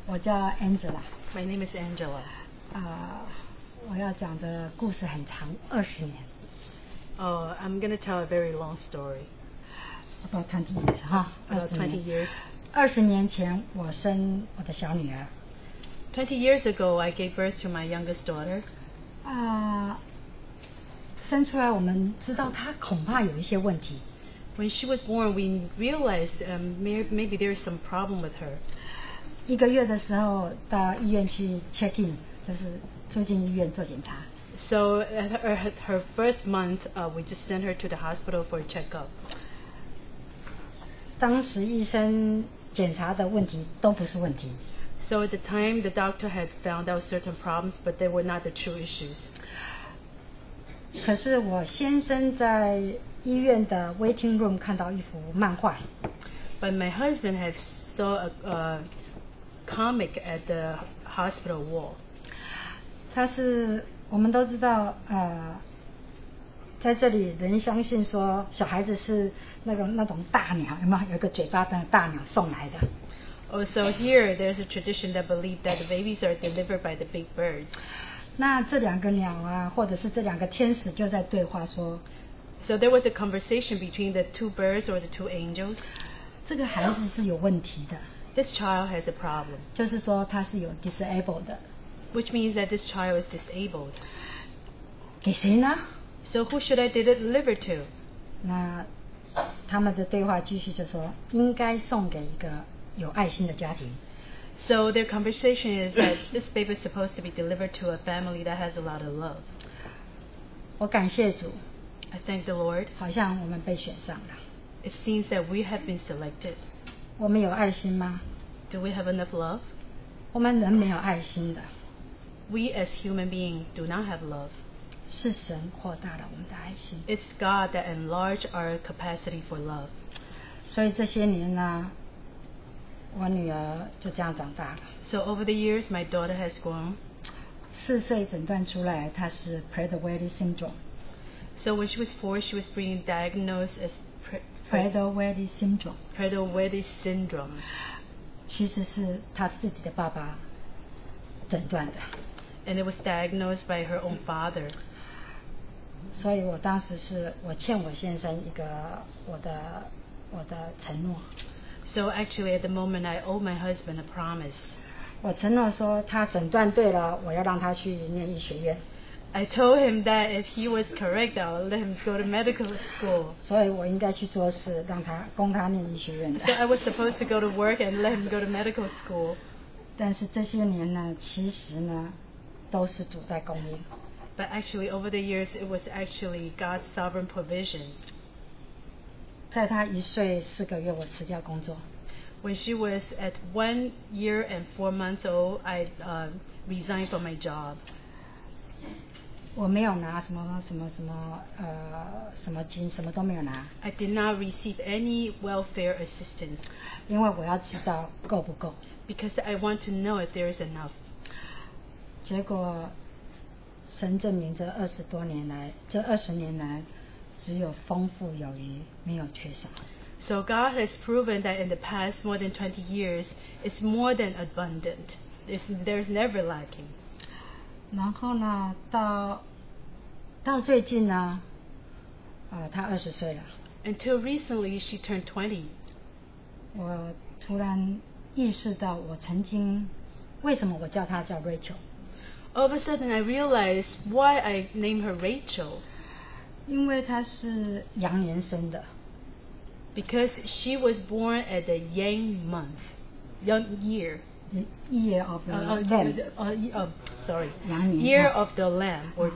Speaker 6: My name is Angela.
Speaker 7: 啊、呃，我要讲的故事很长，二十年
Speaker 6: Oh, I'm gonna tell a very long story.
Speaker 7: ，about twenty years 哈
Speaker 6: About 20 years.
Speaker 7: 二十年前我生我的小女儿
Speaker 6: 20 years ago, I gave birth to my youngest daughter.
Speaker 7: 啊、生出来我们知道她恐怕有一些问题，
Speaker 6: When she was born, we realized um, may- maybe there's some problem with her.
Speaker 7: 一个月的时候到医院去 check in，就是住进医院做检查，
Speaker 6: So at her, at her first month, uh, we just sent her to the hospital for a checkup.
Speaker 7: 当时医生检查的问题都不是问题，
Speaker 6: So at the time, the doctor had found out certain problems, but they were not the true issues.
Speaker 7: 可是我先生在医院的 waiting room 看到一幅漫画。
Speaker 6: But my husband had saw a, a comic at the hospital wall.
Speaker 7: 他是我们都知道，呃，在这里人相信说小孩子是那种那种大鸟，有没有？有一个嘴巴的大鸟送来的。
Speaker 6: Also here, there's a tradition that believe that the babies are delivered by the big birds.
Speaker 7: 那这两个鸟啊，或者是这两个天使就在对话说，
Speaker 6: So there was a conversation between the two birds or the two angels.
Speaker 7: 这个孩子是有问题的，
Speaker 6: This child has a problem,
Speaker 7: 就是说他是有 disable 的，
Speaker 6: which means that this child is disabled.
Speaker 7: 给谁呢？
Speaker 6: So who should I deliver to?
Speaker 7: 那他们的对话继续就说，应该送给一个有爱心的家庭。
Speaker 6: So their conversation is that this baby is supposed to be delivered to a family that has a lot of love.
Speaker 7: 我感谢主，
Speaker 6: I thank the Lord.
Speaker 7: 好像我们被选上了。
Speaker 6: It seems that we have been selected.
Speaker 7: 我们有爱心吗？
Speaker 6: Do we have enough love?
Speaker 7: 我们人没有爱心的，
Speaker 6: We as human beings do not have love.
Speaker 7: 是神扩大了我们的爱心。
Speaker 6: It's God that enlarged our capacity for love.
Speaker 7: 所以这些年呢，我女儿就这样长大了。
Speaker 6: So over the years, my daughter has grown.
Speaker 7: 四岁诊断出来她是 Prader-Willi syndrome。
Speaker 6: So when she was four, she was being diagnosed as pre- pre-
Speaker 7: Prader-Willi syndrome
Speaker 6: Prader-Willi syndrome.
Speaker 7: 其实是她自己的爸爸诊断的，
Speaker 6: And it was diagnosed by her own father.
Speaker 7: 所以我当时是我欠我先生一个我的我的承诺，
Speaker 6: So actually, at the moment, I owe my husband a promise.
Speaker 7: 我承诺说他诊断对了，我要让他去念医学院，
Speaker 6: I told him that if he was correct, I would let him go to medical school.
Speaker 7: 所以我应该去做事，让他供他念医学院的
Speaker 6: So。I was supposed to go to work and let him go to medical school.
Speaker 7: 但是这些年呢，其实呢，都是主在供应。
Speaker 6: But actually, over the years, it was actually God's sovereign provision.
Speaker 7: 在他一岁四个月，我辞掉工作，
Speaker 6: When she was at one year and four months old, I uh, resigned from my job.
Speaker 7: 我没有拿什么什么什么呃什么金，什么都没有拿，
Speaker 6: I did not receive any welfare assistance
Speaker 7: 因为我要知道够不够。
Speaker 6: because I want to know if there is enough.
Speaker 7: 结果，神证明这二十多年来，这二十年来，只有丰富有余，没有缺少。
Speaker 6: So God has proven that in the past more than 20 years, it's more than abundant. There's, there's never lacking.
Speaker 7: 然后呢，到到最近呢，呃，他二十岁了，
Speaker 6: Until recently, she turned 20.
Speaker 7: 我突然意识到，我曾经为什么我叫她叫 Rachel，
Speaker 6: All of a sudden, I realized why I named her Rachel
Speaker 7: 因为她是羊年生的，
Speaker 6: because she was born at the Yang month, Yang year.
Speaker 7: 一一夜 of
Speaker 6: Uh,
Speaker 7: the
Speaker 6: uh, Mm-hmm.
Speaker 7: lamb，
Speaker 6: uh, uh, sorry,
Speaker 7: 羊年
Speaker 6: year
Speaker 7: 哈
Speaker 6: of the lamb. Or,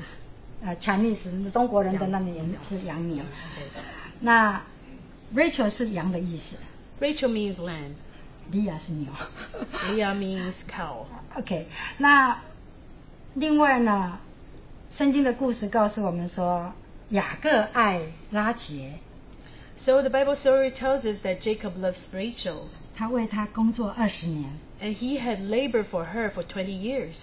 Speaker 7: 呃，Chinese 中国人的那年是羊年，
Speaker 6: okay.
Speaker 7: 那 Rachel 是羊的意思
Speaker 6: Rachel means lamb.
Speaker 7: l e a 是牛。
Speaker 6: Leah means cow.
Speaker 7: OK，那另外呢，圣经的故事告诉我们说，雅各爱拉杰，
Speaker 6: So the Bible story tells us that Jacob loves Rachel,
Speaker 7: 他为他工作二十年。
Speaker 6: and he had labored for her for 20 years.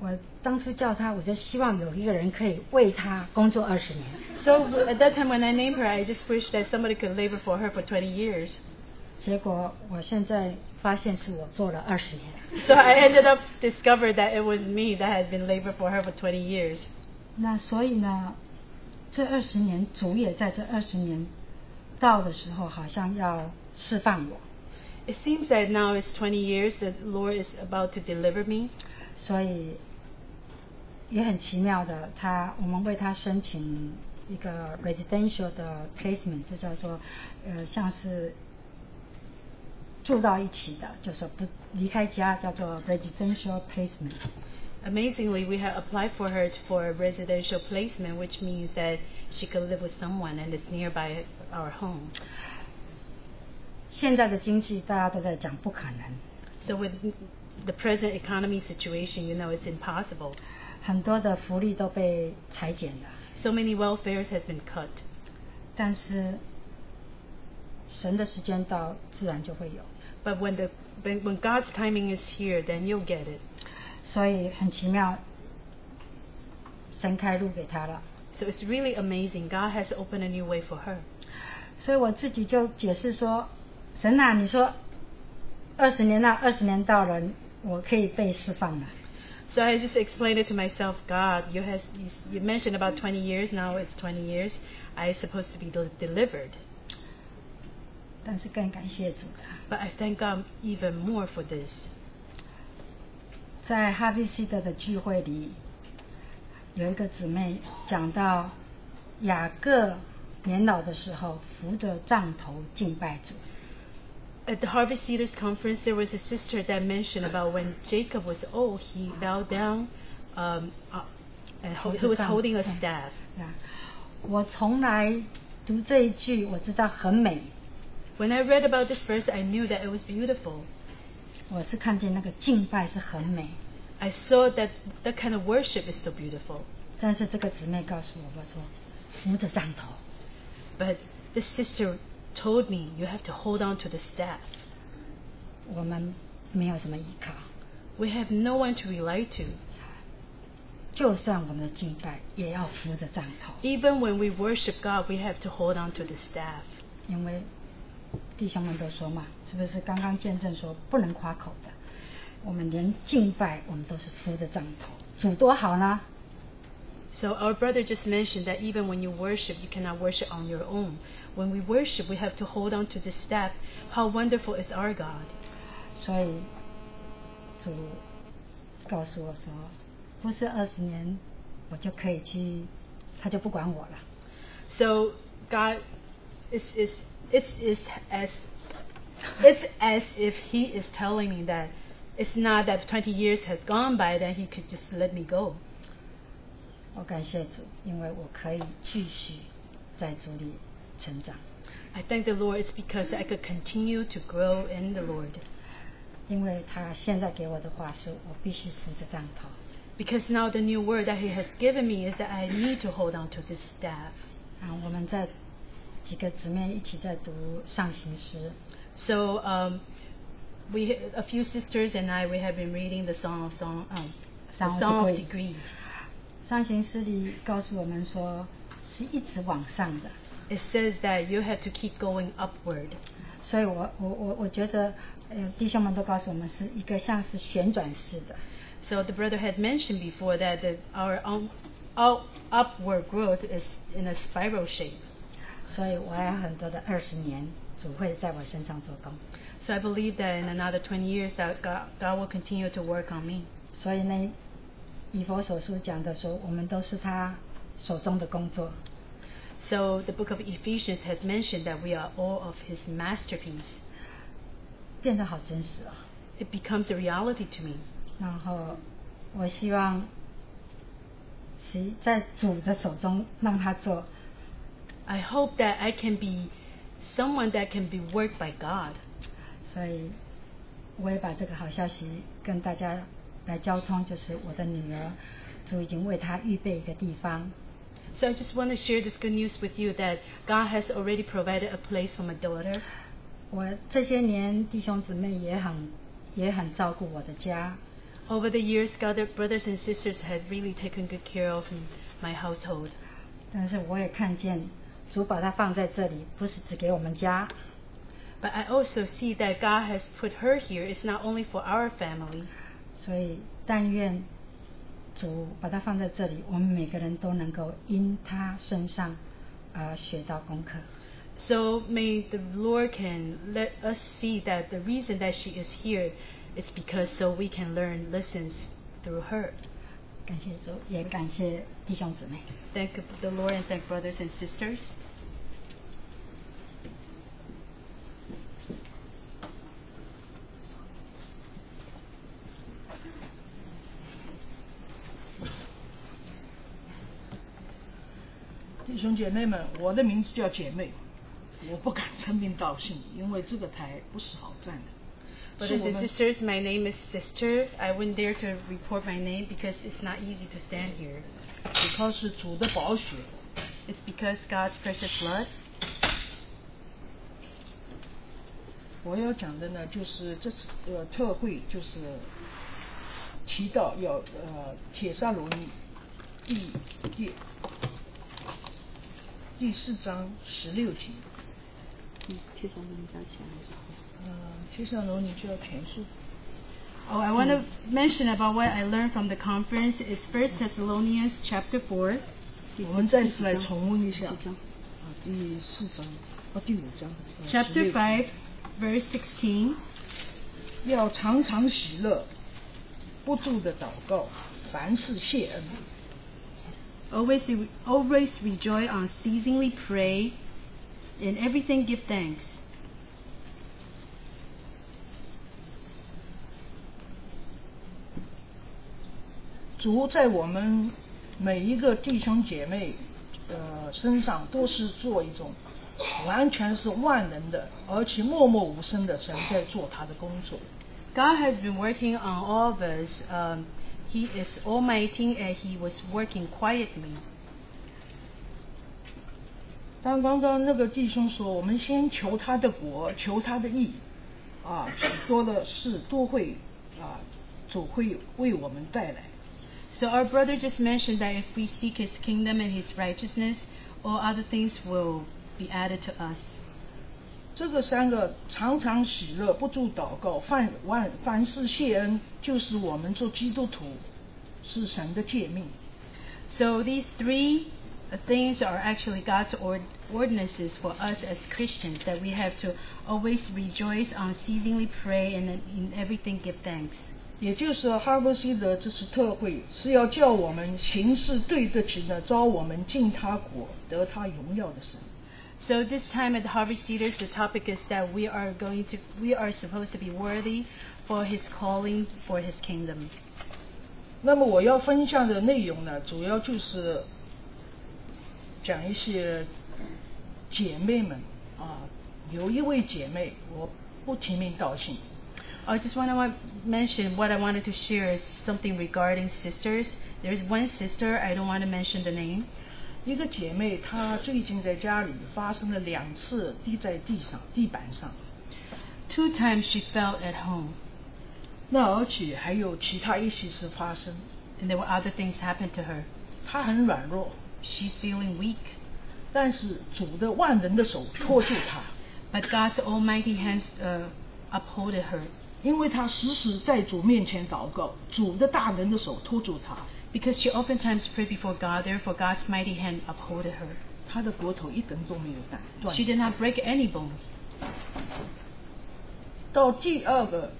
Speaker 7: 我当初叫他，我就希望有一个人可以为他工作二十年。
Speaker 6: So w- at that time when I named her, I just wished that somebody could labor for her for 20 years.
Speaker 7: 结果我现在发现是我做了二十年，
Speaker 6: So I ended up discovered that it was me that had been laboring for her for 20 years.
Speaker 7: 那所以呢，这二十年主也在这二十年到的时候，好像要释放我，
Speaker 6: It seems that now it's 20 years that the Lord is about to deliver me.
Speaker 7: 所以也很奇妙的，他我们为他申请一个 residential 的 placement，就叫做呃像是住到一起的，就是不离开家，叫做 residential placement。
Speaker 6: Amazingly, we had applied for her for a residential placement, which means that she could live with someone and it's nearby our home.
Speaker 7: 现在的经济大家都在讲不可能，
Speaker 6: So with the present economy situation, you know, it's impossible.
Speaker 7: 很多的福利都被裁减了，
Speaker 6: So many welfares has been cut.
Speaker 7: 但是神的时间到，自然就会有。
Speaker 6: But when the when when God's timing is here, then you'll get it.
Speaker 7: 所以很奇妙，神开路给他了。
Speaker 6: So it's really amazing. God has opened a new way for her.
Speaker 7: 所以我自己就解释说，神啊，你说二十年那二十年到了，我可以被释放了。
Speaker 6: So I just explained it to myself. God, you has you, s- you mentioned about 20 years. Now it's 20 years. I supposed to be del- delivered.
Speaker 7: 但是更感谢主的。
Speaker 6: But I thank God even more for this.
Speaker 7: 在哈维西德的聚会里，有一个姊妹讲到雅各年老的时候，扶着杖头敬拜主。
Speaker 6: At the Harvest Leaders Conference, there was a sister that mentioned about when Jacob was old, he bowed down um, uh, and ho- he was holding a staff.
Speaker 7: 啊，我从来读这一句，我知道很美，
Speaker 6: When I read about this verse, I knew that it was beautiful.
Speaker 7: 我是看见那个敬拜是很美，
Speaker 6: I saw that that kind of worship is so beautiful.
Speaker 7: 但是这个姊妹告诉我，我说扶着杖头，
Speaker 6: But the sister told me you have to hold on to the staff.
Speaker 7: 我们没有什么依靠，
Speaker 6: We have no one to rely to.
Speaker 7: 就算我们的敬拜也要扶着杖头，
Speaker 6: Even when we worship God, we have to hold on to the staff.
Speaker 7: 因为弟兄们都说嘛，是不是刚刚见证说不能夸口的？我们连敬拜我们都是扶着杖头，主多好呢？
Speaker 6: So our brother just mentioned that even when you worship, you cannot worship on your own. When we worship, we have to hold on to the staff. How wonderful is our God!
Speaker 7: 所以主告诉我说，不是二十年我就可以去，他就不管我了。
Speaker 6: So God is is it's is as it's as if He is telling me that it's not that 20 years has gone by that He could just let me go.
Speaker 7: 我感谢主，因为我可以继续在主里成长，
Speaker 6: I thank the Lord. It's because I could continue to grow in the Lord.
Speaker 7: 因为他现在给我的话是我必须扶着杖头。
Speaker 6: Because now the new word that He has given me is that I need to hold on to this staff.
Speaker 7: 啊，我们在几个姊妹一起在读上行诗，
Speaker 6: So um, we a few sisters and I we have been reading the Song of Song um,
Speaker 7: Song
Speaker 6: the
Speaker 7: of
Speaker 6: Song of
Speaker 7: Degree.
Speaker 6: Degree.
Speaker 7: 上行诗里告诉我们说是一直往上的，
Speaker 6: It says that you have to keep going upward.
Speaker 7: 所以我我我我觉得，呃，弟兄们都告诉我们是一个像是旋转式的，
Speaker 6: So the brother had mentioned before that the, our own our upward growth is in a spiral shape.
Speaker 7: 所以我还有很多的二十年，主会在我身上做工。
Speaker 6: So I believe that in another 20 years that God, God will continue to work on me.
Speaker 7: 所以呢，以佛所书讲的说，我们都是他手中的工作，
Speaker 6: So the book of Ephesians has mentioned that we are all of his masterpiece.
Speaker 7: 变得好真实哦。
Speaker 6: It becomes a reality to me.
Speaker 7: 然后我希望，其在主的手中让他做，
Speaker 6: I hope that I can be someone that can be worked by God.
Speaker 7: 所以我也把这个好消息跟大家来交通，就是我的女儿，主已经为她预备一个地方，
Speaker 6: So I just want to share this good news with you that God has already provided a place for my daughter.
Speaker 7: 我这些年弟兄姊妹也很 也很照顾我的家，
Speaker 6: Over the years, God, the brothers and sisters had really taken good care of m- my household.
Speaker 7: 但是我也看见主把它放在这里，不是只给我们家，
Speaker 6: But I also see that God has put her here. It's not only for our family.
Speaker 7: 所以但愿主把它放在这里，我们每个人都能够因他身上而学到功课。
Speaker 6: So may the Lord can let us see that the reason that she is here is because so we can learn lessons through her.
Speaker 7: 感谢主，也感谢弟兄姊妹。
Speaker 6: Thank the Lord and thank brothers and sisters.
Speaker 8: 弟兄姐妹们，我的名字叫姐妹，我不敢称名道姓，因为这个台不是好站的，是
Speaker 6: Brothers
Speaker 8: 我
Speaker 6: and
Speaker 8: 们
Speaker 6: sisters, my name is Sister. I wouldn't dare to report my name because it's not easy to stand here.
Speaker 8: 主靠是主的宝血，
Speaker 6: It's because God's precious blood.
Speaker 8: 我要讲的呢，就是这次呃特会就是提到要呃铁砂罗尼第第第四章十六节，呃，铁砂罗尼就要全书。
Speaker 6: Oh, I want to mention about what I learned from the conference. It's First Thessalonians Oh, chapter four.
Speaker 8: 我们再次来重温一下，啊，第四章，哦，第五章，呃
Speaker 6: Chapter
Speaker 8: 16
Speaker 6: 5, verse 16.
Speaker 8: 要常常喜乐，不住的祷告，凡事谢恩，
Speaker 6: Always, re- always rejoice, unceasingly pray, in everything give thanks.
Speaker 8: 主在我们每一个弟兄姐妹呃身上都是做一种完全是万能的，而且默默无声的神在做他的工作。
Speaker 6: God has been working on all of us. Um, he is almighty and He was working quietly.
Speaker 8: 当刚刚那个弟兄说，我们先求他的国，求他的义，啊，许多的事都会啊，主会为我们带来。
Speaker 6: So our brother just mentioned that if we seek His kingdom and His righteousness, all other things will be added to us.
Speaker 8: 这个三个常常喜乐，不住祷告，凡万凡事谢恩，就是我们做基督徒是神的诫命。
Speaker 6: So these three uh, things are actually God's ord- ordinances for us as Christians that we have to always rejoice, unceasingly pray, and in- in everything give thanks.
Speaker 8: 也就是哈伯西德这次特会是要叫我们行事对得起呢，招我们进他国，得他荣耀的神。
Speaker 6: So this time at the Harvest Cedars, the topic is that we are going to, we are supposed to be worthy for His calling, for His kingdom.
Speaker 8: 那么我要分享的内容呢，主要就是讲一些姐妹们啊，有一位姐妹，我不提名道姓，
Speaker 6: I just want to mention what I wanted to share is something regarding sisters. There's one sister, I don't want to mention the name.
Speaker 8: 一个姐妹她最近在家里发生了两次滴在地上地板上，
Speaker 6: Two times she fell at home,
Speaker 8: 那而且还有其他一些事发生，
Speaker 6: and there were other things happened to her.
Speaker 8: 她很软弱，
Speaker 6: She's feeling weak,
Speaker 8: 但是主的万能的手托住她，
Speaker 6: but God's almighty hands uh, upholded her
Speaker 8: 因为她时时在主面前祷告，主的大能的手托住她，
Speaker 6: because she oftentimes prayed before God. Therefore, God's mighty hand upholded her.
Speaker 8: 她的骨头一根都没有断断
Speaker 6: She did not break any bone.
Speaker 8: 到第二个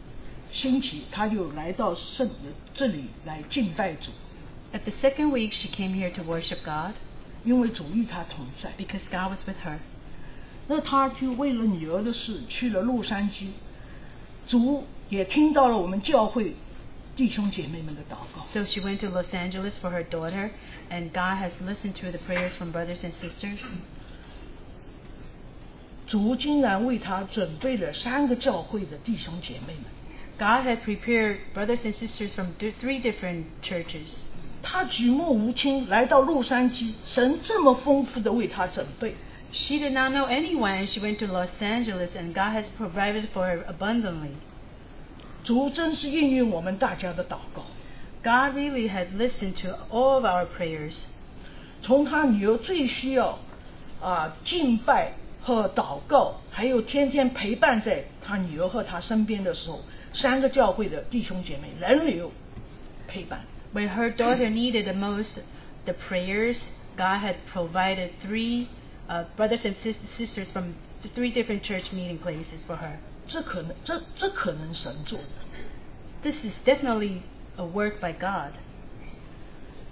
Speaker 8: 星期，他就来到圣这里来敬拜主，
Speaker 6: At the second week, she came here to worship God
Speaker 8: 因为主与他同在。
Speaker 6: because God was with her.
Speaker 8: 那他就为了女儿的事去了洛杉矶，主也听到了我们教会弟兄姐妹们的祷告。
Speaker 6: So she went to Los Angeles for her daughter, and God has listened to the prayers from brothers and sisters.
Speaker 8: 主竟然为他准备了三个教会的弟兄姐妹们，
Speaker 6: God had prepared brothers and sisters from th- three different churches.
Speaker 8: 他举目无亲来到洛杉矶，神这么丰富的为他准备，
Speaker 6: She did not know anyone, and she went to Los Angeles, and God has provided for her abundantly.
Speaker 8: 主真是应允我们大家的祷告。
Speaker 6: God really had listened to all of our prayers.
Speaker 8: 从他女儿最需要啊敬拜和祷告，还有天天陪伴在他女儿和他身边的时候，三个教会的弟兄姐妹轮流陪伴。
Speaker 6: When her daughter needed the most the prayers, God had provided three uh, brothers and sis- sisters from th- three different church meeting places for her.
Speaker 8: 这可能，这这可能神做的。
Speaker 6: This is definitely a work by God.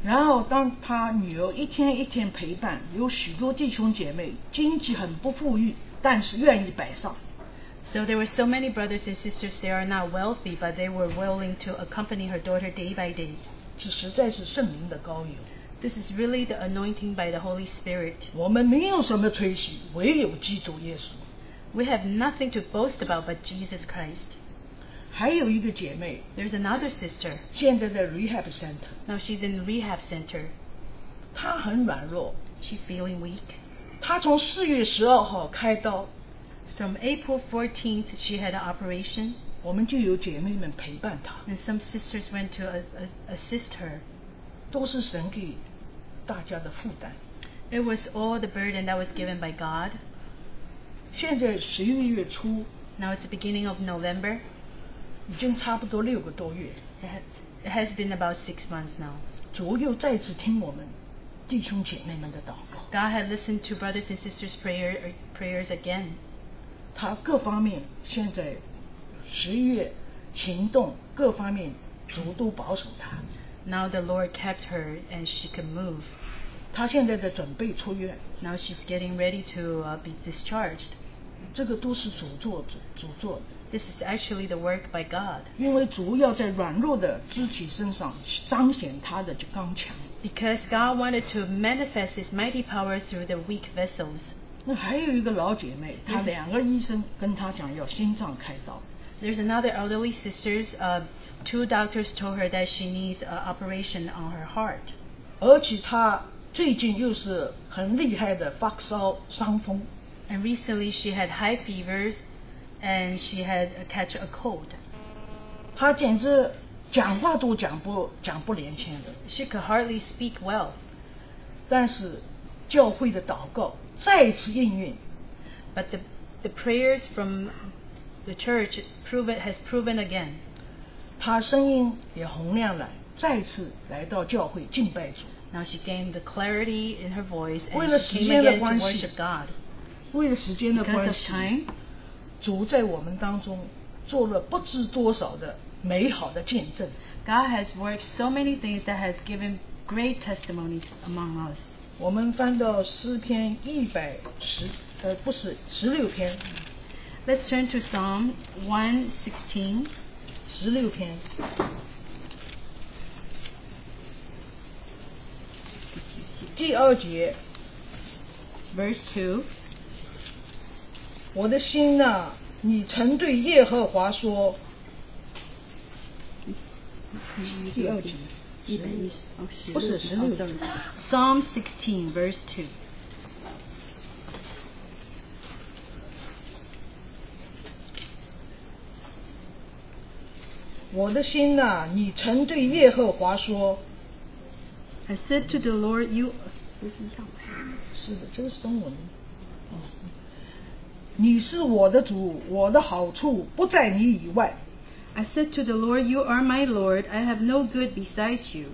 Speaker 8: 然后，当他女儿一天一天陪伴，有许多弟兄姐妹经济很不富裕，但是愿意摆上。
Speaker 6: So there were so many brothers and sisters They are not wealthy, but they were willing to accompany her daughter day by day.
Speaker 8: 这实在是圣灵的高油。
Speaker 6: This is really the anointing by the Holy Spirit.
Speaker 8: 我们没有什么吹嘘，唯有基督耶稣。
Speaker 6: We have nothing to boast about but Jesus Christ.
Speaker 8: 还有一个姐妹，
Speaker 6: There's another sister.
Speaker 8: 现在在 rehab center，
Speaker 6: Now she's in the rehab center.
Speaker 8: 她很软弱。
Speaker 6: She's feeling weak.
Speaker 8: 她从四月十二号开刀，
Speaker 6: From April 14th, she had an operation,
Speaker 8: 我们就有姐妹们陪伴她，
Speaker 6: and some sisters went to uh, uh, assist her.
Speaker 8: 都是神给大家的负担。
Speaker 6: It was all the burden that was given by God.
Speaker 8: 现在十一月初，
Speaker 6: Now it's the beginning of November.
Speaker 8: 已经差不多六个多月，
Speaker 6: It ha- it has been about six months now.
Speaker 8: 主又再次听我们弟兄姐妹们的祷告，
Speaker 6: God had listened to brothers and sisters' prayer, prayers again.
Speaker 8: 他各方面现在十一月行动各方面足都保守他，
Speaker 6: Now the Lord kept her and she could move.
Speaker 8: 他现在在准备出院，
Speaker 6: Now she's getting ready to uh, be discharged.
Speaker 8: 这个都是主做主主做的，
Speaker 6: This is actually the work by God
Speaker 8: 因为主要在软弱的肢体身上彰显他的刚强。
Speaker 6: because God wanted to manifest His mighty power through the weak vessels.
Speaker 8: 那还有一个老姐妹，她
Speaker 6: 嗯
Speaker 8: 两个医生跟她讲要心脏开刀，
Speaker 6: There's another elderly sister. Uh, two doctors told her that she needs an operation on her heart.
Speaker 8: 而且她最近又是很厉害的发烧伤风，
Speaker 6: And recently she had high fevers and she had a catch a cold.
Speaker 8: 她简直讲话都讲不讲不连线的。
Speaker 6: She could hardly speak well,
Speaker 8: 但是教会的祷告再一次应运，
Speaker 6: but the, the prayers from the church prove it, has proven again.
Speaker 8: 她声音也洪亮了，再次来到教会敬拜主。
Speaker 6: Now she gained the clarity in her voice
Speaker 8: 为了
Speaker 6: and
Speaker 8: 时
Speaker 6: she came
Speaker 8: 间的
Speaker 6: again to
Speaker 8: 关系。
Speaker 6: worship God.
Speaker 8: 为了时间的
Speaker 6: Because
Speaker 8: 关
Speaker 6: of
Speaker 8: 系，
Speaker 6: time,
Speaker 8: 主在我们当中做了不知多少的美好的见证。
Speaker 6: God has worked so many things that has given great testimonies among us.
Speaker 8: 我们翻到诗篇一百十，呃，不是十六篇，
Speaker 6: Let's turn to Psalm 116.
Speaker 8: 十六篇。第二节，
Speaker 6: Verse 2
Speaker 8: 我的心呐、你曾对耶和华说，第二节，不是十六节，
Speaker 6: Psalm 16, verse 2.
Speaker 8: 我的心呐、你曾对耶和华说，
Speaker 6: I said to the Lord, You
Speaker 8: 是的，这个是中文。哦你是我的主，我的好处不在你以外。
Speaker 6: I said to the Lord, You are my Lord, I have no good besides you.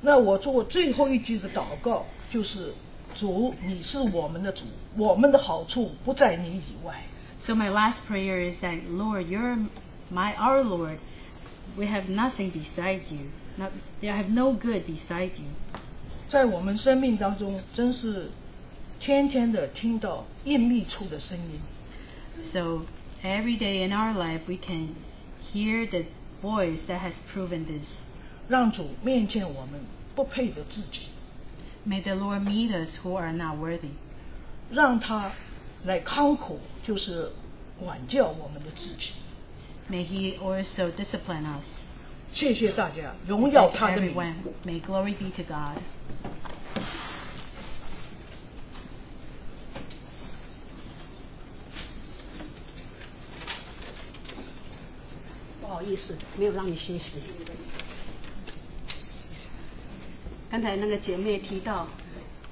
Speaker 8: 那我做最后一句的祷告就是：主，你是我们的主，我们的好处不在你以外。
Speaker 6: So my last prayer is that, Lord, you're my our Lord. We have nothing beside you. Not, I have no good beside you.
Speaker 8: 在我们生命当中，真是天天的听到隐秘处的声音，
Speaker 6: So every day in our life, we can hear the voice that has proven this.
Speaker 8: 让主面见我们不配的自己，
Speaker 6: May the Lord meet us who are not worthy.
Speaker 8: 让他来康苦，就是管教我们的自己。
Speaker 6: May He also discipline us.
Speaker 8: 谢谢大家，荣
Speaker 6: Thank
Speaker 8: 耀他的名。
Speaker 6: everyone. May glory be to God.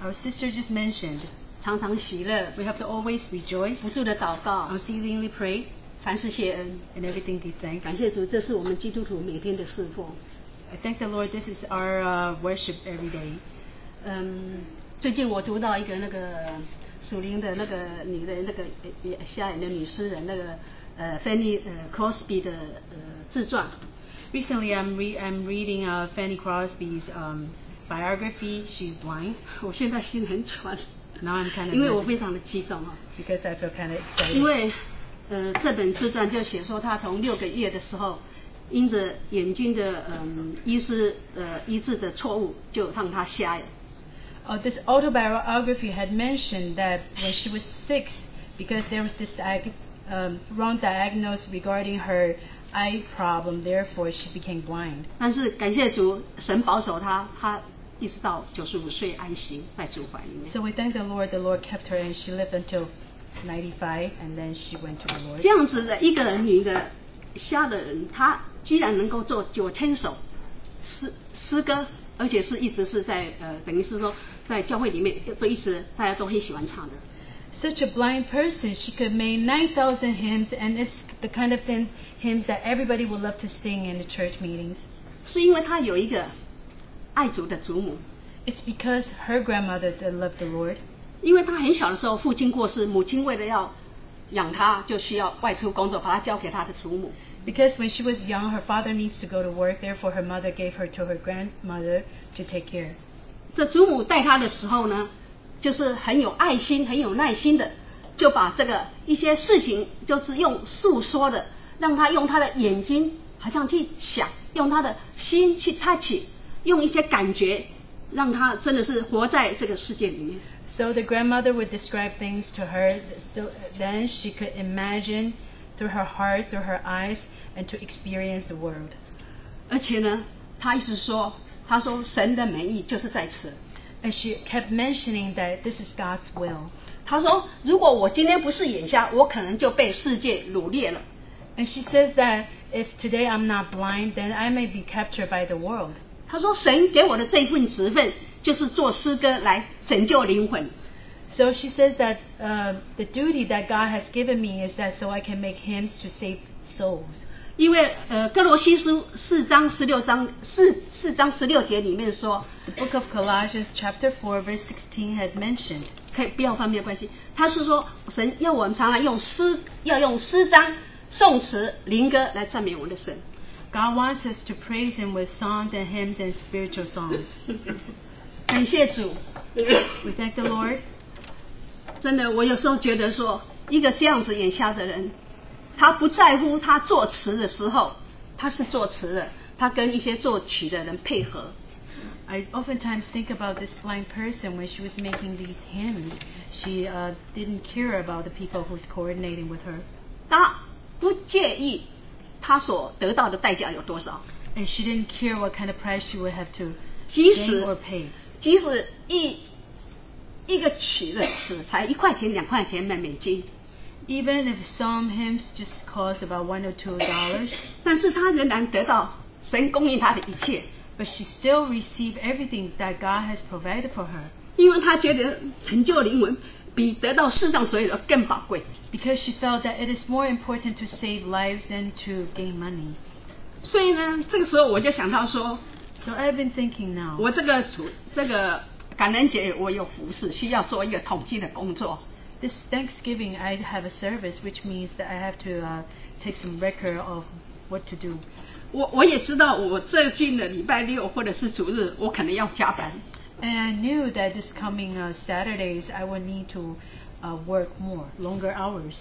Speaker 6: Our sister just mentioned
Speaker 9: 常常喜乐，
Speaker 6: we have to always rejoice,
Speaker 9: 不住的祷告，
Speaker 6: unceasingly pray,
Speaker 9: 凡事谢恩。
Speaker 6: and everything give thanks.
Speaker 9: 感谢主，这是我们基督徒每天的侍奉。
Speaker 6: I thank the Lord. This is our uh, worship every day.
Speaker 9: 嗯，最近我读到一个那个属灵的那个女的那个呃下眼的女诗人那个呃菲利呃 Crosby 的呃自传，
Speaker 6: Recently, I'm re- I'm reading uh, Fanny Crosby's um, biography. She's blind.
Speaker 9: 我现在心很喘，
Speaker 6: Now I'm kind
Speaker 9: 因为我
Speaker 6: of
Speaker 9: 非常的激动啊。
Speaker 6: because I feel kind of
Speaker 9: 因
Speaker 6: excited.
Speaker 9: 为呃，这本自传就写说，他从六个月的时候，因着眼睛的嗯医师呃医治的错误，就让他瞎眼。
Speaker 6: Uh, this autobiography had mentioned that when she was six, because there was this diag- um, wrong diagnosis regarding her eye problem, therefore she became blind.
Speaker 9: 但是感谢主，神保守他，他一直到九十五岁安息在主怀里面。
Speaker 6: So we thank the Lord. The Lord kept her, and she lived until 95, and then she went to the Lord.
Speaker 9: 这样子的一个女的瞎的人，她居然能够做九千首诗诗歌，而且是一直是在呃，等于是说在教会里面都一直大家都很喜欢唱的。
Speaker 6: Such a blind person, she could make 9,000 hymns, and it's the kind of thin hymns that everybody would love to sing in the church meetings.
Speaker 9: 是因为她有一个爱主的祖母，
Speaker 6: It's because her grandmother that loved the Lord.
Speaker 9: 因为他很小的时候父亲过世，母亲为了要养他，就需要外出工作，把他交给他的祖母。
Speaker 6: Because when she was young, her father needs to go to work, therefore her mother gave her to her grandmother to take care.
Speaker 9: 这祖母带他的时候呢，就是很有爱心、很有耐心的，就把这个一些事情，就是用诉说的，让他用他的眼睛，好像去想，用他的心去 touch，用一些感觉，让他真的是活在这个世界里面。
Speaker 6: So the grandmother would describe things to her, so then she could imagine through her heart, through her eyes, and to experience the world.
Speaker 9: 而且呢，他一直说，他说神的美意就是在此。
Speaker 6: And she kept mentioning that this is God's will.
Speaker 9: 他说，如果我今天不是眼瞎，我可能就被世界掳掠了。
Speaker 6: And she says that if today I'm not blind, then I may be captured by the world.
Speaker 9: 他说，神给我的这份职分就是做诗歌来拯救灵魂。
Speaker 6: So she says that um the duty that God has given me is that so I can make hymns to save souls.
Speaker 9: 因为呃，哥罗西书四章十六章四四章十六节里面说，
Speaker 6: The book of Colossians, chapter 4, verse 16, has mentioned
Speaker 9: 可以不要方便关系，他是说神要我们常常用诗，要用诗章、颂词、灵歌来赞美我们的神。
Speaker 6: God wants us to praise Him with songs and hymns and spiritual songs.
Speaker 9: 感谢 主，
Speaker 6: We thank the Lord.
Speaker 9: 真的，我有时候觉得说，一个这样子眼瞎的人，他不在乎他作词的时候，他是作词的，他跟一些作曲的人配合，
Speaker 6: I oftentimes think about this blind person when she was making these hymns. She uh, didn't care about the people who's coordinating with her,
Speaker 9: 他不介意他所得到的代价有多少，
Speaker 6: and she didn't care what kind of price she would have to
Speaker 9: 即
Speaker 6: gain
Speaker 9: 使
Speaker 6: or pay.
Speaker 9: 即使一一个曲的尺才一块钱、两块钱的美金，
Speaker 6: Even if some hymns just cost about one or two dollars,
Speaker 9: 但是他仍然得到神供应他的一切，
Speaker 6: but she still received everything that God has provided for her
Speaker 9: 因为他觉得成就灵魂比得到世上所有的更宝贵。
Speaker 6: because she felt that it is more important to save lives than to gain money.
Speaker 9: 所以呢，这个时候我就想到说，
Speaker 6: So I've been thinking now.
Speaker 9: 我这个主这个感恩节我有服侍，需要做一个统计的工作。
Speaker 6: This Thanksgiving, I have a service, which means that I have to uh, take some record of what to do.
Speaker 9: 我我也知道，我最近的礼拜六或者是主日，我可能要加班。
Speaker 6: And I knew that this coming uh, Saturdays, I would need to uh, work more, longer hours.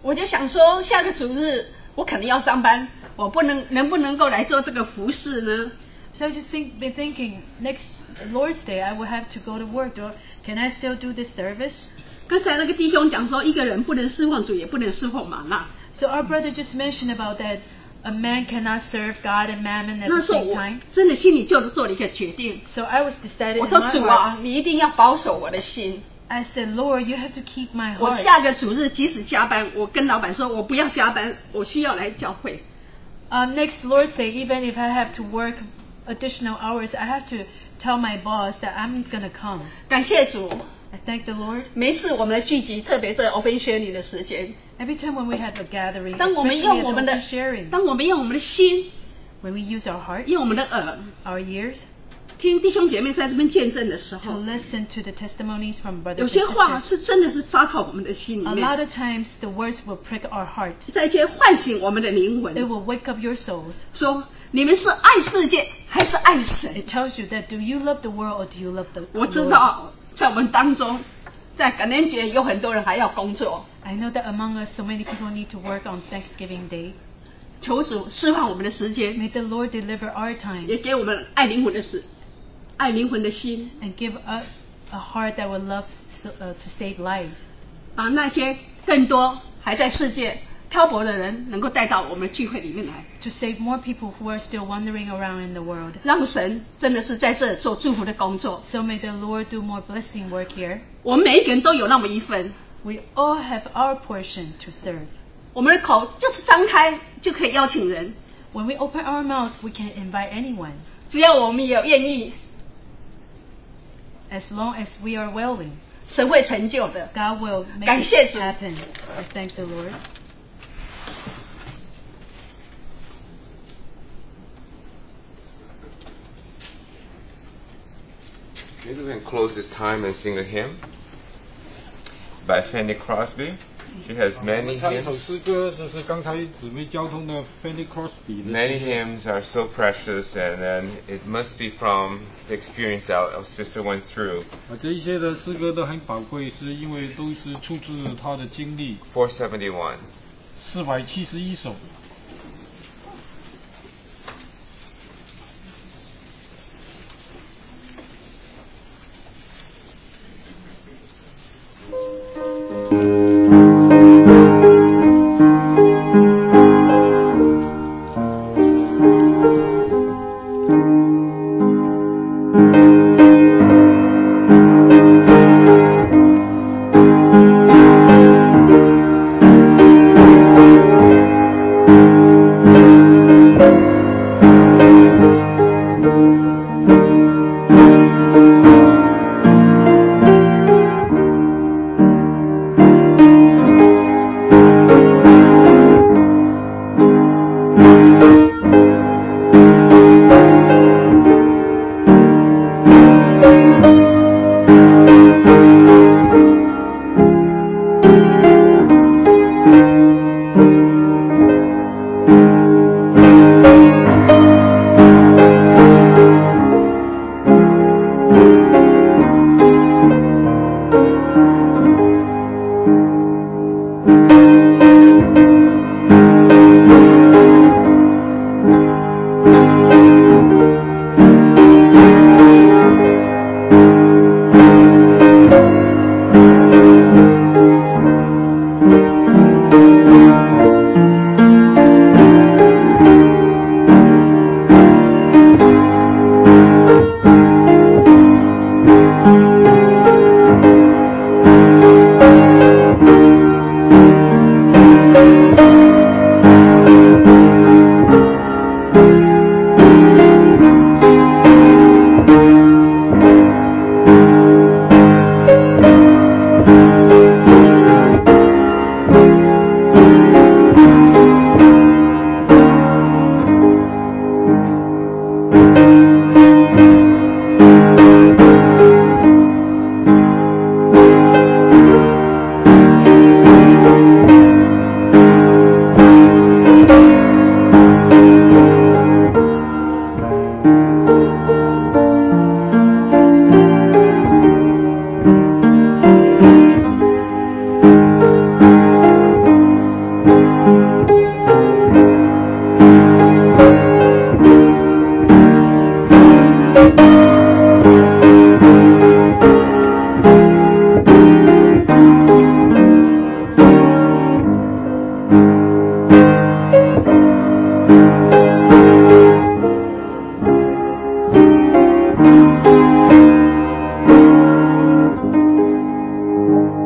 Speaker 9: 我就想说，下个主日我可能要上班，我不能能不能够来做这个服侍呢？
Speaker 6: So I just think, been thinking, next Lord's Day, I will have to go to work. Do, can I still do this service?
Speaker 9: 刚才那个弟兄讲说，一个人不能侍奉主，也不能侍奉玛纳。
Speaker 6: So our brother just mentioned about that a man cannot serve God and mammon at
Speaker 9: 那
Speaker 6: the
Speaker 9: 时候
Speaker 6: same
Speaker 9: 我
Speaker 6: time.
Speaker 9: 真的心里就做了一个决定，
Speaker 6: So I was decided
Speaker 9: 我
Speaker 6: in
Speaker 9: 说
Speaker 6: my
Speaker 9: 主
Speaker 6: heart,
Speaker 9: 啊，你一定要保守我的心。
Speaker 6: I said, Lord, you have to keep my
Speaker 9: 我
Speaker 6: heart.
Speaker 9: 下个主日即使加班，我跟老板说我不要加班，我需要来教会。
Speaker 6: Um, next Lord's Day, even if I have to work additional hours, I have to tell my boss that I'm gonna come.
Speaker 9: 感谢主，
Speaker 6: I thank the Lord.
Speaker 9: 每次我们的聚集，特别在 open sharing 的时间，
Speaker 6: Every time when we have a gathering,
Speaker 9: 当我们
Speaker 6: especially
Speaker 9: 用
Speaker 6: at
Speaker 9: 我们
Speaker 6: open
Speaker 9: 的
Speaker 6: sharing,，
Speaker 9: 当我们用我们的心，
Speaker 6: when we use our heart,
Speaker 9: 用我们的耳，
Speaker 6: our ears,
Speaker 9: 听弟兄姐妹在这边见证的时
Speaker 6: to
Speaker 9: 候，
Speaker 6: listen to the testimonies from
Speaker 9: 有
Speaker 6: brothers
Speaker 9: 些
Speaker 6: and
Speaker 9: 话
Speaker 6: sisters,
Speaker 9: 是真的是扎到我们的心里
Speaker 6: a
Speaker 9: 面
Speaker 6: lot，of times the words will prick our heart.
Speaker 9: 再一些唤醒我们的灵
Speaker 6: It
Speaker 9: 魂，
Speaker 6: will wake up your souls.
Speaker 9: 说你们是爱世界还是爱神
Speaker 6: It？tells you that do you love the world or do you love the
Speaker 9: 我知
Speaker 6: Lord?
Speaker 9: 道在我们当中，在感恩节有很多人还要工作，
Speaker 6: I know that among us, so many people need to work on Thanksgiving Day.
Speaker 9: 求主释放我们的时间，
Speaker 6: May the Lord deliver our time.
Speaker 9: 也给我们爱灵魂的时，爱灵魂的心，
Speaker 6: and give us a heart that will love so, uh, to save lives.
Speaker 9: 把那些更多还在世界漂泊的人，能够带到我们聚会里面来，
Speaker 6: To save more people who are still wandering around in the world.
Speaker 9: 让神真的是在这做祝福的工作。
Speaker 6: So may the Lord do more blessing work here.
Speaker 9: 我们每一个人都有那么一份，
Speaker 6: We all have our portion to serve.
Speaker 9: 我们的口就是张开就可以邀请人，
Speaker 6: When we open our mouth, we can invite anyone,
Speaker 9: 只要我们有愿意，
Speaker 6: as long as we are willing.
Speaker 9: 神会成就的。
Speaker 6: God will make
Speaker 9: 感谢主。
Speaker 6: it happen. I thank the Lord.
Speaker 9: 我
Speaker 1: Maybe we can close this time and sing a hymn by Fanny Crosby. She has
Speaker 2: 我
Speaker 1: many
Speaker 2: 们唱一首
Speaker 1: hymns.
Speaker 2: 诗歌，就是刚才姊妹交通的 Fanny Crosby 的诗歌。
Speaker 1: Many hymns are so precious, and then it must be from the experience that our sister went through.
Speaker 2: 啊，这一些的诗歌都很宝贵，是因为都是出自他的经历。
Speaker 1: 471.
Speaker 2: 四百七十一首，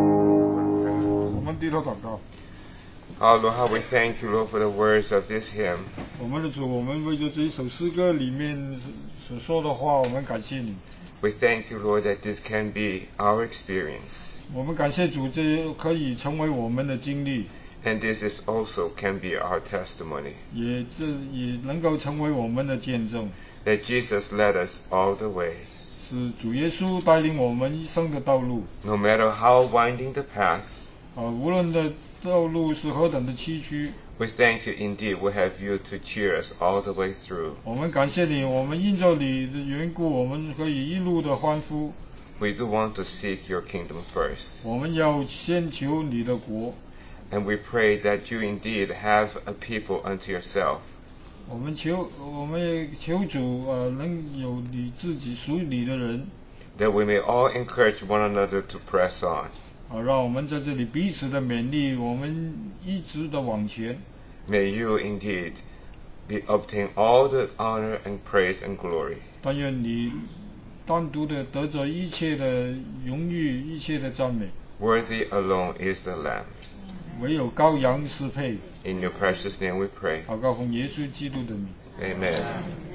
Speaker 2: 我们低头祷告。
Speaker 1: Oh Lord, how we thank you, Lord, for the words of this hymn.
Speaker 2: 我们的主，我们为着这一首诗歌里面所说的话，我们感谢你。
Speaker 1: We thank you, Lord, that this can be our experience,
Speaker 2: 我们感谢主，这可以成为我们的经历，
Speaker 1: and this is also can be our testimony
Speaker 2: 也这也能够成为我们的见证，
Speaker 1: that Jesus led us all the way.
Speaker 2: 是主耶稣带领我们一生的道路。
Speaker 1: No matter how winding the path,
Speaker 2: 啊，无论的道路是何等的崎岖，
Speaker 1: we thank you indeed we have you to cheer us all the way through.
Speaker 2: 我们感谢你，我们因着你的缘故，我们可以一路的欢呼。
Speaker 1: We do want to seek your kingdom first,
Speaker 2: 我们要先求你的国，
Speaker 1: and we pray that you indeed have a people unto yourself
Speaker 2: 我们求，我们也求主呃，能有你自己属你的人
Speaker 1: that we may all encourage one another to press on.
Speaker 2: 啊，让我们在这里彼此的勉励，我们一直的往前。
Speaker 1: May you indeed be obtain all the honor and praise and glory.
Speaker 2: 但愿你单独的得着一切的荣誉，一切的赞美，
Speaker 1: Worthy alone is the Lamb.
Speaker 2: 唯有羔羊适配。
Speaker 1: In your precious name we pray.
Speaker 2: 祷告奉耶稣基督的名。
Speaker 1: Amen.